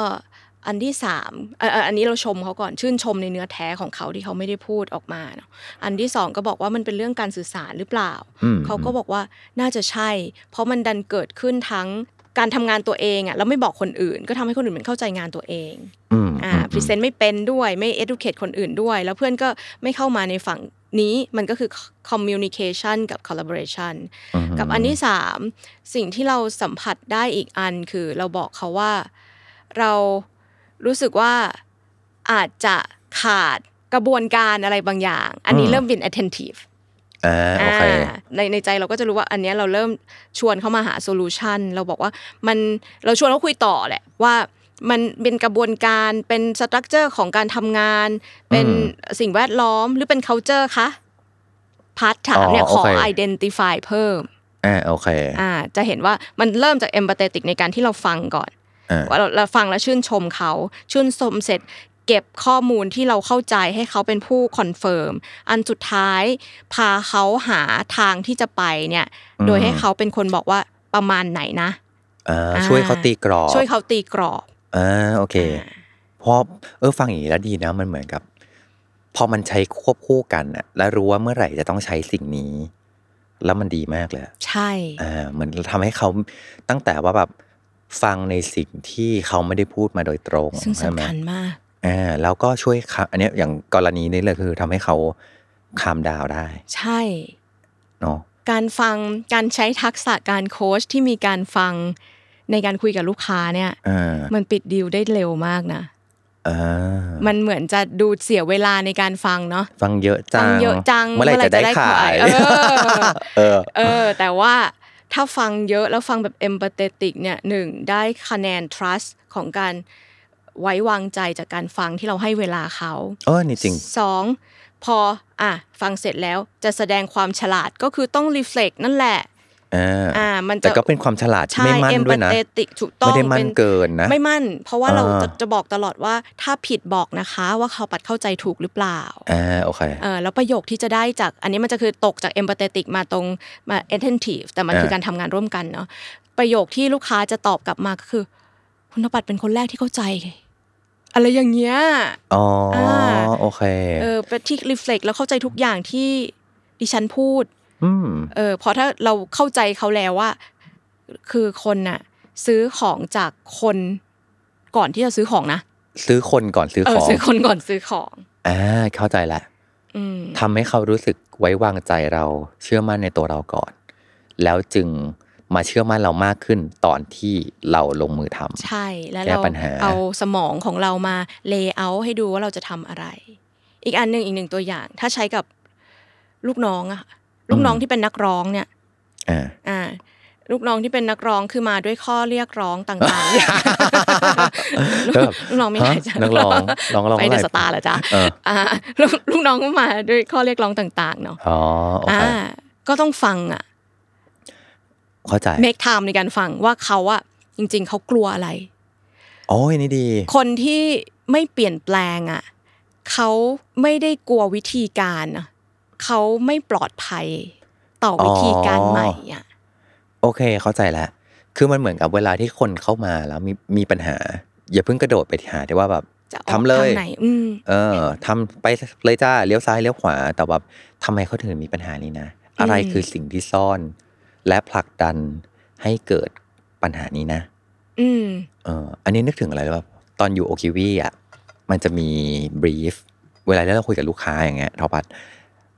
Speaker 3: อันที่สามเอ่อเอ่ออันนี้เราชมเขาก่อนชื่นชมในเนื้อแท้ของเขาที่เขาไม่ได้พูดออกมาเนาะอันที่สองก็บอกว่ามันเป็นเรื่องการสื่อสารหรือเปล่า
Speaker 2: อืม
Speaker 3: เขาก็บอกว่าน่าจะใช่ เพราะมันดันเกิดขึ้นทั้งการทำงานตัวเองอ่ะแล้วไม่บอกคนอื่น ก็ทำให้คนอื่นมันเข้าใจงานตัวเอง
Speaker 2: อืม
Speaker 3: อ่า
Speaker 2: อืม
Speaker 3: พรีเซนต์ไม่เป็นด้วยไม่ educate คนอื่นด้วย แล้วเพื่อนก็ไม่เข้ามาในฝั่งนี้มันก็คือ communication กับ collaboration
Speaker 2: ม
Speaker 3: กับอันที่สามสิ่งที่เราสัมผัสได้อีกอันคือเราบอกเขาว่า เรารู้สึกว่าอาจจะขาดกระบวนการอะไรบางอย่าง อันนี้เริ่มเป็น attentive
Speaker 2: อ่าโอเค
Speaker 3: อ่าในในใจเราก็จะรู้ว่าอันเนี้ยเราเริ่มชวนเขามาหาโซลูชันเราบอกว่ามันเราชวนเขาคุยต่อแหละว่ามันเป็นกระบวนการเป็นสตรัคเจอร์ของการทำงาน เป็น
Speaker 2: อืม
Speaker 3: สิ่งแวดล้อมหรือเป็น culture คะพาร์ทถามเนี่ย
Speaker 2: อ๋อ
Speaker 3: ข
Speaker 2: โอ
Speaker 3: อ
Speaker 2: เค
Speaker 3: identify เพิ่ม
Speaker 2: อ่าโอเค
Speaker 3: อ่าจะเห็นว่ามันเริ่มจาก empathetic ในการที่เราฟังก่อน
Speaker 2: อ่า
Speaker 3: ว่าเราเราฟังแล้วชื่นชมเขา ชื่นชมเสร็จ เก็บข้อมูลที่เราเข้าใจให้เขาเป็นผู้คอนเฟิร์มอันสุดท้าย พาเขาหาทางที่จะไปเนี่ย โดยให้เขาเป็นคนบอกว่าประมาณไหนนะ
Speaker 2: อ่าช่วยเขาตีกรอบ
Speaker 3: ช่วยเขาตีกรอบ
Speaker 2: อ่าโอเค
Speaker 3: อ่า
Speaker 2: เพราะเออฟังอย่างนี้แล้วดีนะมันเหมือนกับ พอมันใช้ควบคู่กันอะแล้วรู้ว่าเมื่อไหร่จะต้องใช้สิ่งนี้ แล้วมันดีมากเลยอะ
Speaker 3: ใช่
Speaker 2: อ่ามันทำให้เขาตั้งแต่ว่าแบบฟังในสิ่งที่เขาไม่ได้พูดมาโดยตรง
Speaker 3: ซึ่ง
Speaker 2: ใช่ไหม
Speaker 3: สำคัญมาก
Speaker 2: อ่าแล้วก็ช่วยเขาอันเนี้ยอย่างกรณีนี้เลยคือทำให้เขา คามดาวได้
Speaker 3: ใช่
Speaker 2: เนาะ
Speaker 3: การฟังการใช้ทักษะการโค้ชที่มีการฟังในการคุยกับลูกค้าเนี่ย
Speaker 2: อ่า
Speaker 3: มันปิดดีลได้เร็วมากนะ
Speaker 2: อ่า
Speaker 3: มันเหมือนจะดูเสียเวลาในการฟังเนาะ
Speaker 2: ฟังเยอะจั
Speaker 3: ฟั
Speaker 2: ง
Speaker 3: งเยอะจัง
Speaker 2: เมื่อไหร่จะได้ขาย
Speaker 3: เมื่อไหร่จะได้ขาย
Speaker 2: เออ
Speaker 3: เอ
Speaker 2: (laughs)
Speaker 3: อ แต่ว่าถ้าฟังเยอะแล้วฟังแบบเอม a t เ e ติกเนี่ยหนึ่งได้คะแนน trust ของการไว้วางใจจากการฟังที่เราให้เวลาเขา
Speaker 2: เออ นี่จริง
Speaker 3: สองพออ่ะฟังเสร็จแล้วจะแสดงความฉลาดก็คือต้อง reflect นั่นแหละ
Speaker 2: อ่า
Speaker 3: อ่ามันจะ
Speaker 2: แต่ก็เป็นความฉลาดที่
Speaker 3: ใช่
Speaker 2: ไม่มั่น
Speaker 3: เอม
Speaker 2: ด้
Speaker 3: พั
Speaker 2: วย
Speaker 3: ต
Speaker 2: นะ
Speaker 3: เตติกถูกต้อง
Speaker 2: ไม่ได้มั่น
Speaker 3: ป็
Speaker 2: เกินนะ
Speaker 3: ไม่มั่น เพราะว่า
Speaker 2: อ่า
Speaker 3: เราจะจะบอกตลอดว่าถ้าผิดบอกนะคะว่าเขาปัดเข้าใจถูกหรือเปล่า
Speaker 2: อ่า โอเค
Speaker 3: เออแล้วประโยคที่จะได้จากอันนี้มันจะคือตกจากเอมพัตเตติกมาตรงมา attentive แต่มันคือ
Speaker 2: อ่า
Speaker 3: การทำงานร่วมกันเนาะประโยคที่ลูกค้าจะตอบกลับมาก็คือ คุณนภัทรเป็นคนแรกที่เข้าใจ อะไรอย่างเงี้ย
Speaker 2: อ๋ออา โอเค
Speaker 3: เออเป็นที่ reflect แล้วเข้าใจทุกอย่างที่ดิฉันพูด
Speaker 2: อืม
Speaker 3: เออเพราะถ้าเราเข้าใจเขาแล้วว่า คือคนน่ะ ซื้อของจากคนก่อนที่จะซื้อของนะ
Speaker 2: ซื้อคนก่อนซื้อ
Speaker 3: เอ
Speaker 2: ข
Speaker 3: อ
Speaker 2: อง
Speaker 3: ซื้อคนก่อนซื้อของ
Speaker 2: อ่า เข้าใจละ
Speaker 3: อืม
Speaker 2: ทำให้เขารู้สึกไว้วางใจเรา เชื่อมั่นในตัวเราก่อน แล้วจึงมาเชื่อมั่นเรามากขึ้นตอนที่เราลงมือทำ
Speaker 3: ใช่แล้ว
Speaker 2: แก้
Speaker 3: เรา
Speaker 2: ปัญหา
Speaker 3: เอาสมองของเรามาเลเยอร์ให้ดูว่าเราจะทำอะไร อีกอันหนึ่งอีกหนึ่งตัวอย่าง ถ้าใช้กับลูกน้องอะลูกน้องที่เป็นนักร้องเนี่ย
Speaker 2: อ่า
Speaker 3: อ่า ลูกน้องที่เป็นนักร้องคือมาด้วยข้อเรียกร้องต่างๆลูก
Speaker 2: แบบ
Speaker 3: ลูกน้องไม่ได้
Speaker 2: ฮะ
Speaker 3: จ้ะ
Speaker 2: นักร้องร้องร้อง
Speaker 3: ไป
Speaker 2: อะไร
Speaker 3: เดอะสตาร์เหรอจ๊ะ
Speaker 2: เออ
Speaker 3: อ่าลูกลูกน้องก็มาด้วยข้อเรียกร้องต่าง ๆ เนาะ
Speaker 2: อ๋อ โอ
Speaker 3: อ่า
Speaker 2: เค
Speaker 3: ก็ต้องฟังอ่ะ
Speaker 2: เข้าใจ
Speaker 3: make time ในการฟังว่าเขาอะจริง ๆ เขากลัวอะไร
Speaker 2: โอ้ยนี่ดี
Speaker 3: คนที่ไม่เปลี่ยนแปลงอ่ะเขาไม่ได้กลัววิธีการอะเขาไม่ปลอดภัยต่อวิธีการใหม่อ่ะ
Speaker 2: โอเค เข้าใจแล้ว คือมันเหมือนกับเวลาที่คนเข้ามาแล้วมีมีปัญหา อย่าเพิ่งกระโดดไปหาได้ว่าแบบ
Speaker 3: จะออก
Speaker 2: ทำเลย
Speaker 3: ทางไหนอืม
Speaker 2: เออทำไปเลยจ้าเลี้ยวซ้ายเลี้ยวขวา แต่แบบทำไมเขาถึงมีปัญหานี้นะ อะไรคือสิ่งที่ซ่อน และผลักดันให้เกิดปัญหานี้นะ
Speaker 3: อืม
Speaker 2: เอออันนี้นึกถึงอะไรแบบตอนอยู่โอคิวีอ่ะมันจะมีบรีฟเวลาที่เราคุยกับลูกค้าอย่างเงี้ยทอปัด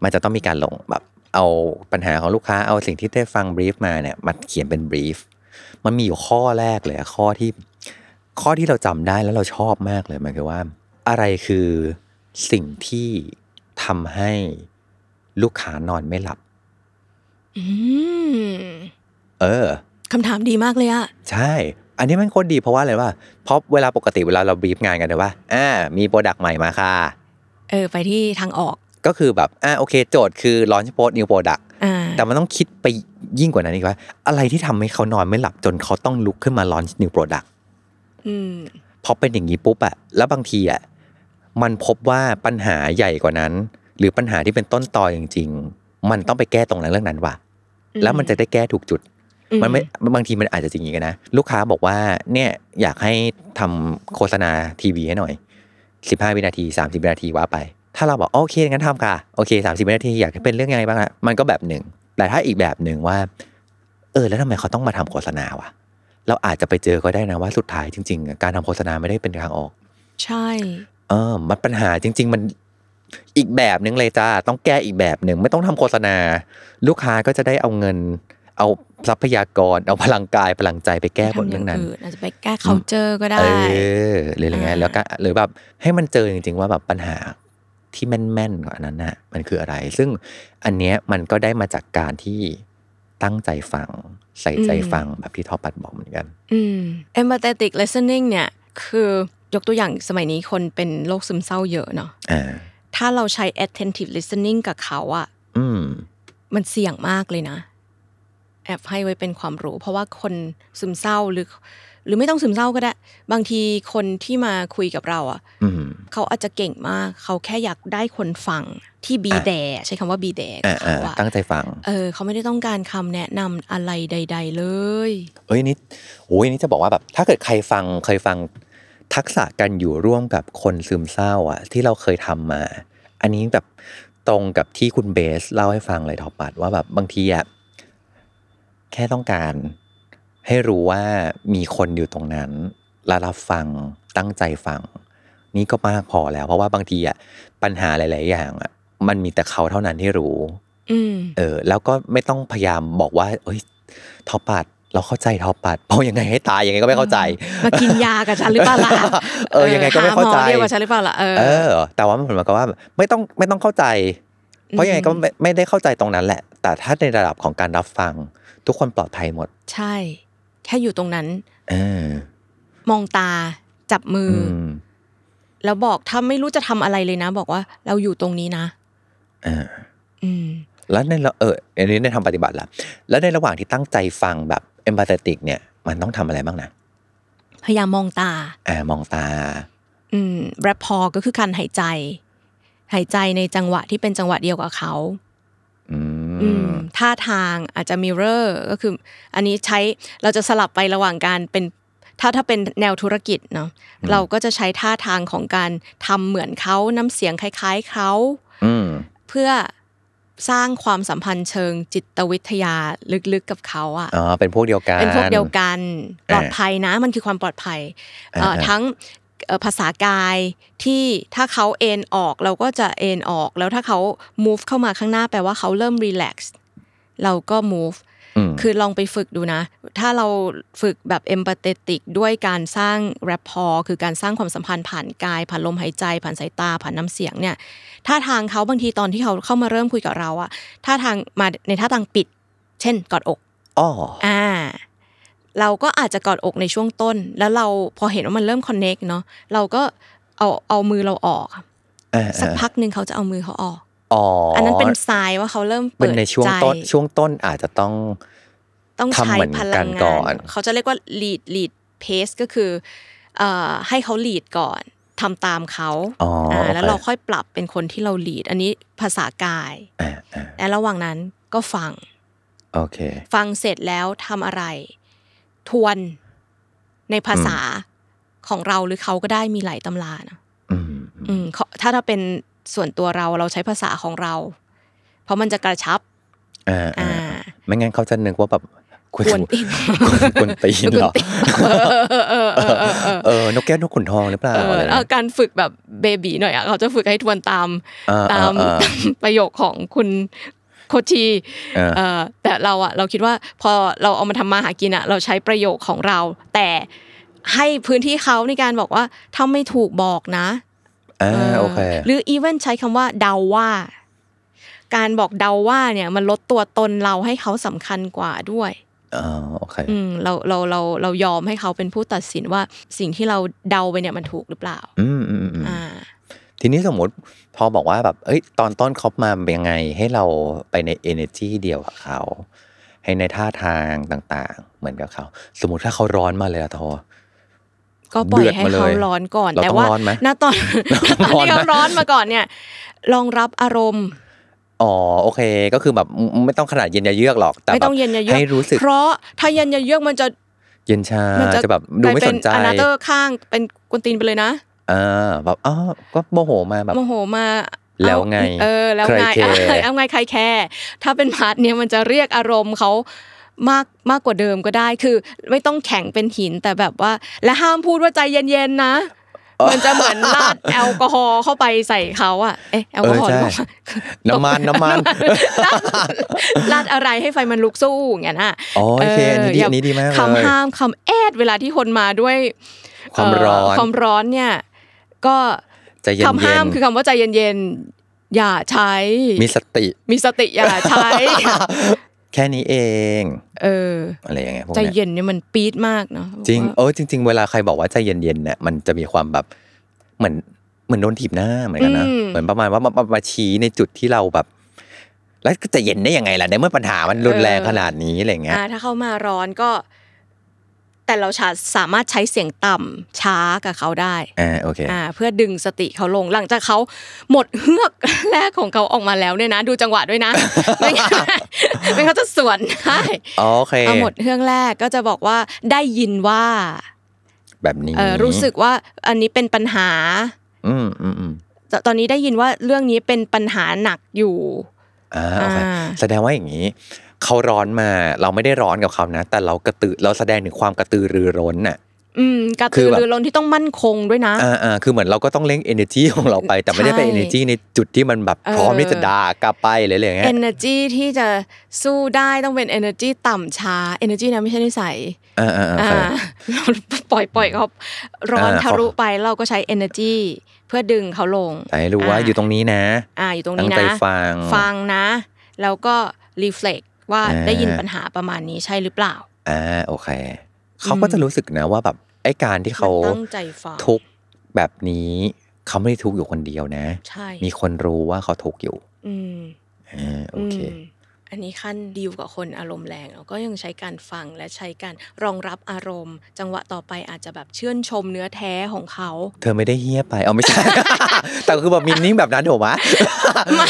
Speaker 2: มันจะต้องมีการลงแบบเอาปัญหาของลูกค้าเอาสิ่งที่ได้ฟังบรีฟมาเนี่ยมาเขียนเป็นบรีฟมันมีอยู่ข้อแรกเลยอะข้อที่ ข้อที่เราจำได้แล้วเราชอบมากเลยมันคือว่า อะไรคือสิ่งที่ทำให้ลูกค้านอนไม่หลับ
Speaker 3: อืม
Speaker 2: เออ
Speaker 3: คำถามดีมากเลยอะ
Speaker 2: ใช่ อันนี้มันโคตรดีเพราะว่าอะไรว่า เพราะเวลาปกติเวลาเราบรีฟงานกันเนี่ยว่า อ่า มีโปรดักต์ใหม่มาค่ะ
Speaker 3: เออ ไปที่ทางออก
Speaker 2: ก็คือแบบ อ่า โอเค โจทย์คือลอนช์โปรดนิวโปรดักต์
Speaker 3: อ่า
Speaker 2: แต่มันต้องคิดไปยิ่งกว่านั้นอีกว่า อะไรที่ทำให้เขานอนไม่หลับจนเขาต้องลุกขึ้นมาลอนช์นิวโปรดักต์
Speaker 3: อืม
Speaker 2: พอเป็นอย่างนี้ปุ๊บอะแล้วบางทีอะมันพบว่าปัญหาใหญ่กว่านั้น หรือปัญหาที่เป็นต้นตอจริง ๆ มันต้องไปแก้ตรงนั้นเรื่องนั้นว่ะ
Speaker 3: อืม
Speaker 2: แล้วมันจะได้แก้ถูกจุด มันไม่บางทีมันอาจจะจริงอย่างนี้ก็นะ ลูกค้าบอกว่าเนี่ยอยากให้ทำโฆษณาทีวีให้หน่อย 15 วินาที 30 วินาทีว่าไป ถ้าเราบอกโอเคงั้นทำค่ะโอเค 30 วินาทีอยากให้เป็นเรื่องยังไงบ้างอะมันก็แบบหนึ่ง แต่ถ้าอีกแบบหนึ่งว่า เออแล้วทำไมเขาต้องมาทำโฆษณาวะเราอาจจะไปเจอก็ได้นะว่าสุดท้ายจริงๆอะการทำโฆษณาไม่ได้เป็นทางออก
Speaker 3: ใช่
Speaker 2: เออ มันปัญหาจริง ๆ มันอีกแบบหนึ่งเลยจ้า ต้องแก้อีกแบบหนึ่งไม่ต้องทำโฆษณา ลูกค้าก็จะได้เอาเงิน เอาทรัพยากร เอาพลังกายพลังใจไปแก้หมดเรื่องนั้น
Speaker 3: อาจจะไปแก้ culture ก็ได้
Speaker 2: เออหรืออะไรเงี้ย
Speaker 3: อ่า
Speaker 2: แล้วก็หรือแบบให้มันเจอจริง ๆ ว่าแบบปัญหาที่แม่นๆกว่านั้นน่ะมันคืออะไร ซึ่งอันเนี้ยมันก็ได้มาจากการที่ตั้งใจฟัง ใส่ใจฟังแบบที่ทอปัดบอกเหมือนกัน
Speaker 3: อืม empathetic listening เนี่ย คือยกตัวอย่างสมัยนี้คนเป็นโรคซึมเศร้าเยอะเนาะ
Speaker 2: อ่า
Speaker 3: ถ้าเราใช้ attentive listening กับเขาอะ
Speaker 2: อืม
Speaker 3: มันเสี่ยงมากเลยนะ แอบให้ไว้เป็นความรู้ เพราะว่าคนซึมเศร้าหรือ หรือไม่ต้องซึมเศร้าก็ได้ บางทีคนที่มาคุยกับเราอะ
Speaker 2: อืม
Speaker 3: เขาอาจจะเก่งมาก เขาแค่อยากได้คนฟังที่บีแดใช้คำว่าบีแด
Speaker 2: อ่า
Speaker 3: เขา
Speaker 2: อ่า
Speaker 3: อะ
Speaker 2: ตั้งใจฟัง
Speaker 3: เออ เขาไม่ได้ต้องการคำแนะนำอะไรใด ๆ เลย
Speaker 2: เอ้ยนี่โอ้ยนี่จะบอกว่าแบบถ้าเกิดใครฟังเคยฟังทักษะการอยู่ร่วมกับคนซึมเศร้าอะที่เราเคยทำมา อันนี้แบบตรงกับที่คุณเบสเล่าให้ฟังเลยทอปัดว่าแบบบางทีอะแค่ต้องการให้รู้ว่ามีคนอยู่ตรงนั้นและรับฟังตั้งใจฟัง นี่ก็มากพอแล้ว เพราะว่าบางทีอะปัญหาหลาย ๆ อย่างอะ มันมีแต่เขาเท่านั้นที่รู้
Speaker 3: อืม
Speaker 2: เออแล้วก็ไม่ต้องพยายามบอกว่าเอ้ยทอปัดเราเข้าใจทอปัดเพราะยังไงให้ตายยังไงก็ไม่เข้าใจ
Speaker 3: มากินยากับฉันหรือเปล่าล่ะ
Speaker 2: (laughs) เออยังไงก็ไม่เข้าใจ
Speaker 3: หหอเดียวกับฉันหรือเปล่าล่ะเออ
Speaker 2: เออ แต่ว่ามันเหมือนกับว่าไม่ต้องไม่ต้องเข้าใจ เพราะยังไงก็ไม่ไม่ได้เข้าใจตรงนั้นแหละ แต่ถ้าในระดับของการรับฟัง ทุกคนปลอดภัยหมด
Speaker 3: ใช่ แค่อยู่ตรงนั้น
Speaker 2: เออ
Speaker 3: มองตาจับมือ
Speaker 2: อื
Speaker 3: อ
Speaker 2: ม
Speaker 3: แล้วบอกถ้าไม่รู้จะทำอะไรเลยนะ บอกว่าเราอยู่ตรงนี้นะ
Speaker 2: เออ
Speaker 3: อืม
Speaker 2: แล้วในระเอออันนี้ในทางปฏิบัติละแล้วในระหว่างที่ตั้งใจฟังแบบเอมพัตติกเนี่ย มันต้องทำอะไรบ้างนะ
Speaker 3: พยายามมองตา
Speaker 2: อ่ามองตา
Speaker 3: อืมแรปพอก็คือการหายใจ หายใจในจังหวะที่เป็นจังหวะเดียวกับเขา
Speaker 2: อื
Speaker 3: อืม
Speaker 2: ม
Speaker 3: ท่าทางอาจจะมิเรอร์ก็คือ อันนี้ใช้เราจะสลับไประหว่างการเป็นถ้าถ้าเป็นแนวธุรกิจเนาะเราก็จะใช้ท่าทางของการทำเหมือนเขาน้ำเสียงคล้าย ๆเขา
Speaker 2: อืม
Speaker 3: เพื่อสร้างความสัมพันธ์เชิงจิตวิทยาลึกๆกับเขาอ่ะ
Speaker 2: อ๋อ เป็นพวกเดียวกัน
Speaker 3: เป็นพวกเดียวกัน
Speaker 2: อ่า
Speaker 3: ปลอดภัยนะมันคือความปลอดภัยเอ่อ
Speaker 2: อ่า
Speaker 3: ทั้งเอ่อภาษากายที่ถ้าเขาเอนออกเราก็จะเอนออก แล้วถ้าเขา move เข้ามาข้างหน้าแปลว่าเขาเริ่ม relax เราก็ move
Speaker 2: อืม
Speaker 3: คือลองไปฝึกดูนะ ถ้าเราฝึกแบบ empathetic ด้วยการสร้าง rapport คือการสร้างความสัมพันธ์ผ่านกาย ผ่านลมหายใจ ผ่านสายตา ผ่านน้ำเสียงเนี่ย ท่าทางเขาบางทีตอนที่เขาเข้ามาเริ่มคุยกับเราอะท่าทางมาในท่าทางปิด เช่นกอดอก
Speaker 2: อ๋อ
Speaker 3: อ่า เราก็อาจจะกอดอกในช่วงต้น แล้วเราพอเห็นว่ามันเริ่มคอนเน็กเนาะ เราก็เอาเอามือเราออกอะ
Speaker 2: อ่า
Speaker 3: สักพักหนึ่งเขาจะเอามือเขาออก
Speaker 2: อ๋อ
Speaker 3: อั
Speaker 2: อั
Speaker 3: นนั้นเป็นทรายว่าเขาเริ่ม
Speaker 2: เป็
Speaker 3: เปิ
Speaker 2: น
Speaker 3: ด
Speaker 2: ในช่วง
Speaker 3: ใจ
Speaker 2: ต้น ช่วงต้นอาจจะต้อง
Speaker 3: ต้องใช้
Speaker 2: ทำเหมือน
Speaker 3: พ
Speaker 2: กั
Speaker 3: ลั
Speaker 2: น
Speaker 3: ง
Speaker 2: ก่
Speaker 3: งา
Speaker 2: อน
Speaker 3: น เขาจะเรียกว่า lead lead pace ก็คือเอ่อให้เขา lead ก่อนทำตามเขา
Speaker 2: อ๋ออ่
Speaker 3: าแล้วเรา
Speaker 2: โอค
Speaker 3: ค่อยปรับเป็นคนที่เรา lead อันนี้ภาษากาย
Speaker 2: อ่าอ่า
Speaker 3: และระหว่างนั้นก็ฟัง
Speaker 2: โอเค
Speaker 3: ฟังเสร็จแล้วทำอะไร ทวนในภาษาของเราหรือเขาก็ได้มีหลายตำรานะ
Speaker 2: อืมอื
Speaker 3: อื
Speaker 2: ม
Speaker 3: มเขาถ้าถ้าเป็นส่วนตัวเราเราใช้ภาษาของเรา เพราะมันจะกระชับ
Speaker 2: อ่าอ่า
Speaker 3: อ่า
Speaker 2: ไม่งั้นเขาจะนึกว่าแบบคุ
Speaker 3: กวนตีน
Speaker 2: (laughs) คุณตีนเหรอ
Speaker 3: เออเออเออเออเออ
Speaker 2: เออนกแก้วนกขุนทองหรือเปล่า
Speaker 3: เออ
Speaker 2: อะไรนะ
Speaker 3: เอาการฝึกแบบเบบีหน่อยอ่ะเขาจะฝึกให้ทวนตาม
Speaker 2: อ่
Speaker 3: ตาม (laughs)
Speaker 2: อ่อ่
Speaker 3: ตามประโยคของคุณโคชี
Speaker 2: อ่า
Speaker 3: เอ่อแต่เราอะเราคิดว่าพอเราเอามาทำมาหากินอะเราใช้ประโยคของเรา แต่ให้พื้นที่เขาในการบอกว่าถ้าไม่ถูกบอกนะ
Speaker 2: อ่า
Speaker 3: เออ
Speaker 2: โอเค
Speaker 3: หรืออีเวนใช้คำว่าเดาว่า การบอกเดาว่าเนี่ยมันลดตัวตนเราให้เขาสำคัญกว่าด้วย
Speaker 2: อ๋อโอเค
Speaker 3: อืมเราเราเราเรายอมให้เขาเป็นผู้ตัดสินว่าสิ่งที่เราเดาไปเนี่ยมันถูกหรือเปล่า
Speaker 2: อืมอืมอืมอืม
Speaker 3: อ่า
Speaker 2: ทีนี้สมมติพอบอกว่าแบบ เอ้ย ตอนต้นเขามาเป็นยังไงให้เราไปใน energy เดียวกับเขา ให้ในท่าทางต่าง ๆ เหมือนกับเขา สมมติถ้าเขาร้อนมาเลยอะทอ
Speaker 3: ก็ปล่อย
Speaker 2: เดือด
Speaker 3: ให้
Speaker 2: มาเลย
Speaker 3: เขาร้อนก่อน
Speaker 2: เรา
Speaker 3: แต่
Speaker 2: ต้อง
Speaker 3: ว่า
Speaker 2: ร้อนไหม
Speaker 3: ณตอน
Speaker 2: เรา
Speaker 3: ณตอนที่
Speaker 2: ร้อนไหม
Speaker 3: เขาร้อนมาก่อนเนี่ยรองรับอารมณ์
Speaker 2: อ๋อโอเค ก็คือแบบไม่ไม่ต้องขนาดเย็นยาเยือกหรอก แต่
Speaker 3: ไม่
Speaker 2: แบบ
Speaker 3: ต้องเย็นยาเยือก
Speaker 2: ให้รู้สึก
Speaker 3: เพราะถ้าเย็นยาเยือกมันจะ
Speaker 2: เย็นชา
Speaker 3: มัน
Speaker 2: จะแบบดูไม่สนใจ
Speaker 3: อนาเตอร์ข้างเป็นกวนตีนไปเลยนะ
Speaker 2: อ่าแบบอ๋อก็โมโหมาแบบ
Speaker 3: โมโหมา
Speaker 2: แล้วไง
Speaker 3: เอาเออแล้วไง
Speaker 2: ใครแคร์
Speaker 3: เออ (laughs) เอาไงใครแคร์ถ้าเป็นพาร์ทเนี้ยมันจะเรียกอารมณ์เขามากมากกว่าเดิมก็ได้คือ ไม่ต้องแข็งเป็นหินแต่แบบว่า และห้ามพูดว่าใจเย็นๆนะ มันจะเหมือนราดแอลกอฮอล์เข้าไปใส่เขาอะเอ๊ะแอลกอฮอล์หรือเปล่า (laughs)
Speaker 2: น้ำมันน้ำมัน
Speaker 3: ลาดอะไรให้ไฟมันลุกสู้อย่างนั้นอ่ะ
Speaker 2: อ๋อโอเคอันนี้ดี
Speaker 3: ย่า
Speaker 2: อันนี้ดีมากเลย
Speaker 3: คำห้ามคำแอดเวลาที่คนมาด้วย
Speaker 2: ความร้อน
Speaker 3: เความร้อนเนี่ย ก็
Speaker 2: ใจเย็น
Speaker 3: คำห้ามคือคำว่าใจเย็นๆ อย่าใช้
Speaker 2: ๆมีสติ
Speaker 3: มีสติอย่าใช้
Speaker 2: (laughs) แค่นี้เอง
Speaker 3: เออ
Speaker 2: อะไรอย่างเงี้ยพวก
Speaker 3: ใจ
Speaker 2: เนี้ย
Speaker 3: เย็นเนี่ยมันปี๊ดมากเนาะ
Speaker 2: จริง
Speaker 3: ว่า
Speaker 2: เออจริง ๆ เวลาใครบอกว่าใจเย็นๆเนี่ยมันจะมีความแบบเหมือนเหมือนโดนถีบหน้าเหมือนกันนะเหมือนประมาณว่ามามามาชี้ในจุดที่เราแบบ แล้วจะเย็นได้ยังไงล่ะในเมื่อปัญหามันรุนแรงขนาดนี้อะไรอย่างเงี้ย
Speaker 3: อ่าถ้าเข้ามาร้อนก็ แต่เราชาสามารถใช้เสียงต่ำช้ากับเขาได้
Speaker 2: อ่าโอเค
Speaker 3: อ่าเพื่อดึงสติเขาลงหลังจากเขาหมดเฮือก (laughs) แรกของเขาออกมาแล้วเนี่ยนะ ดูจังหวะด้วย
Speaker 2: (laughs)
Speaker 3: นะ ไม่งั้น (laughs) ไม่งั้นเขาจะสวนได้
Speaker 2: โอเค
Speaker 3: เอาหมดเฮือกแรกก็จะบอกว่าได้ยินว่า
Speaker 2: แบบนี้
Speaker 3: เออรู้สึกว่าอันนี้เป็นปัญหา
Speaker 2: อืมอืมอืม
Speaker 3: ตตอนนี้ได้ยินว่าเรื่องนี้เป็นปัญหาหนักอยู่
Speaker 2: อ่าโอเค
Speaker 3: อ่า
Speaker 2: แสดงว่าอย่างนี้เขาร้อนมา เราไม่ได้ร้อนกับเขานะ แต่เรากระตือเราแสดงถึงความกระตือรือร้นน่ะ
Speaker 3: อืมกระ
Speaker 2: คื
Speaker 3: ตื
Speaker 2: อ
Speaker 3: อ
Speaker 2: แบบ
Speaker 3: รือร้นที่ต้องมั่นคงด้วยนะ
Speaker 2: อ่าอ่าคือเหมือนเราก็ต้องเล่ง energy ของเราไป แต่ไม่ได้เป็น
Speaker 3: ใช่
Speaker 2: energy ในจุดที่มันแบบพร้อมที่จะด่ากลับไปเลยอะไรอย่างเงี้ย
Speaker 3: energy ที่จะสู้ได้ต้องเป็น energy ต่ำช้า energy นะไม่ใช่นิสัย
Speaker 2: อ่าอ่าอ่า
Speaker 3: อ่า
Speaker 2: ครับ
Speaker 3: เรา (laughs) ปล่อยปล่อยเขาร้อน
Speaker 2: อ่า
Speaker 3: ทะลุ
Speaker 2: ขอ
Speaker 3: ไปเราก็ใช้ energy เพื่อดึงเขาลง
Speaker 2: แต่ให้รู้ว่าอยู่ตรงนี้นะ
Speaker 3: อ่าอยู่ตรง
Speaker 2: ตั้
Speaker 3: นี้
Speaker 2: ง
Speaker 3: นะ
Speaker 2: ใจฟัง
Speaker 3: ฟังนะ แล้วก็ reflect ว่า
Speaker 2: อ่า
Speaker 3: ได้ยินปัญหาประมาณนี้ใช่หรือเปล่า
Speaker 2: อ่าโอเคเขาก็จะรู้สึกนะว่าแบบไอ้การที่เขา
Speaker 3: ตั้งใจฟัง
Speaker 2: ทุกข์แบบนี้เขาไม่ได้ทุกข์อยู่คนเดียวนะ
Speaker 3: ใช่
Speaker 2: มีคนรู้ว่าเขาทุกข์อยู่
Speaker 3: อืม
Speaker 2: อ่าโอเค
Speaker 3: มอันนี้ขั้นดีลกับคนอารมณ์แรงเราก็ยังใช้การฟังและใช้การรองรับอารมณ์ จังหวะต่อไปอาจจะแบบเชื่นชมเนื้อแท้ของ
Speaker 2: (laughs)
Speaker 3: เขา
Speaker 2: เธอไม่ได้เฮี้ยไปเอาไม่ใช่
Speaker 3: (laughs)
Speaker 2: แต่คือแบบมินนิ่งแบบนั้นถูกไหม
Speaker 3: ไม่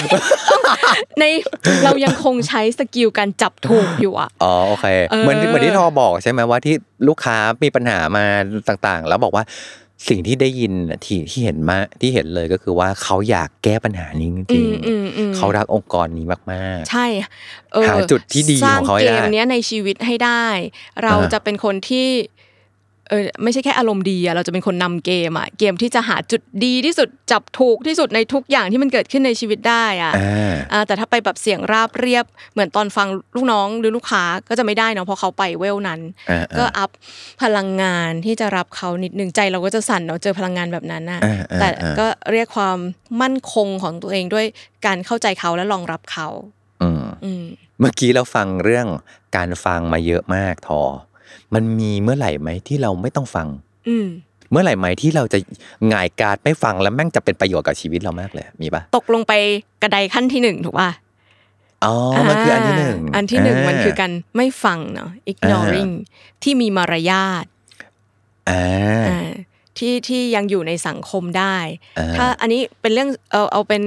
Speaker 3: ใน (laughs) เรายังคงใช้สกิลการจับถูกอยู่อ่ะ
Speaker 2: อ๋อโอเค
Speaker 3: เออ
Speaker 2: เหมือนเหมือนที่ทอบอกใช่ไหมว่าที่ลูกค้ามีปัญหามาต่างๆ แล้วบอกว่าสิ่งที่ได้ยินน่ะที่ที่เห็นมาที่เห็นเลยก็คือว่าเขาอยากแก้ปัญหานี้จริง
Speaker 3: อืมอืมอืม
Speaker 2: ๆเขารักองค์กรนี้มาก
Speaker 3: ใช่เออ
Speaker 2: หาจุดที่ดี
Speaker 3: สร้า
Speaker 2: ของเขาให้
Speaker 3: เก
Speaker 2: ได้
Speaker 3: มเนี้ยในชีวิตให้ได้ เรา
Speaker 2: อ่า
Speaker 3: จะเป็นคนที่เออไม่ใช่แค่อารมณ์ดีอะเราจะเป็นคนนำเกมอะเกมที่จะหาจุดดีที่สุดจับถูกที่สุดในทุกอย่างที่มันเกิดขึ้นในชีวิตได้อะ
Speaker 2: ๆอ่า
Speaker 3: อ่าแต่ถ้าไปแบบเสียงราบเรียบเหมือนตอนฟังลูกน้องหรือลูกค้าก็จะไม่ได้เนาะเพราะเขาไปเวลนั้น
Speaker 2: อ่าๆ
Speaker 3: ก็อัพพลังงานที่จะรับเขานิดนึงใจเราก็จะสั่นเนาะเจอพลังงานแบบนั้นน่ะ
Speaker 2: อ่าๆๆ
Speaker 3: แต่ก็เรียกความมั่นคงของตัวเองด้วยการเข้าใจเขาและรองรับเขา
Speaker 2: อืม
Speaker 3: อืม
Speaker 2: เมื่อกี้เราฟังเรื่องการฟังมาเยอะมากทอ มันมีเมื่อไหร่ไหมที่เราไม่ต้องฟัง
Speaker 3: อืม
Speaker 2: เมื่อไหร่ไหมที่เราจะหงายการดไม่ฟังแล้วแม่งจะเป็นประโยชน์กับชีวิตเรามากเลยมีปะ
Speaker 3: ตกลงไปกระไดขั้นที่หนึ่งถูกป่ะ
Speaker 2: อ๋อมันคืออันที่หนึ่ง
Speaker 3: าอันที่หนึ่ง
Speaker 2: า
Speaker 3: มันคือการไม่ฟังเนาะ ignoring ที่มีมารยาท
Speaker 2: อ่า
Speaker 3: อ่าที่ที่ยังอยู่ในสังคมได้
Speaker 2: อ่า
Speaker 3: ถ้าอันนี้เป็นเรื่องเอาเอาเป็น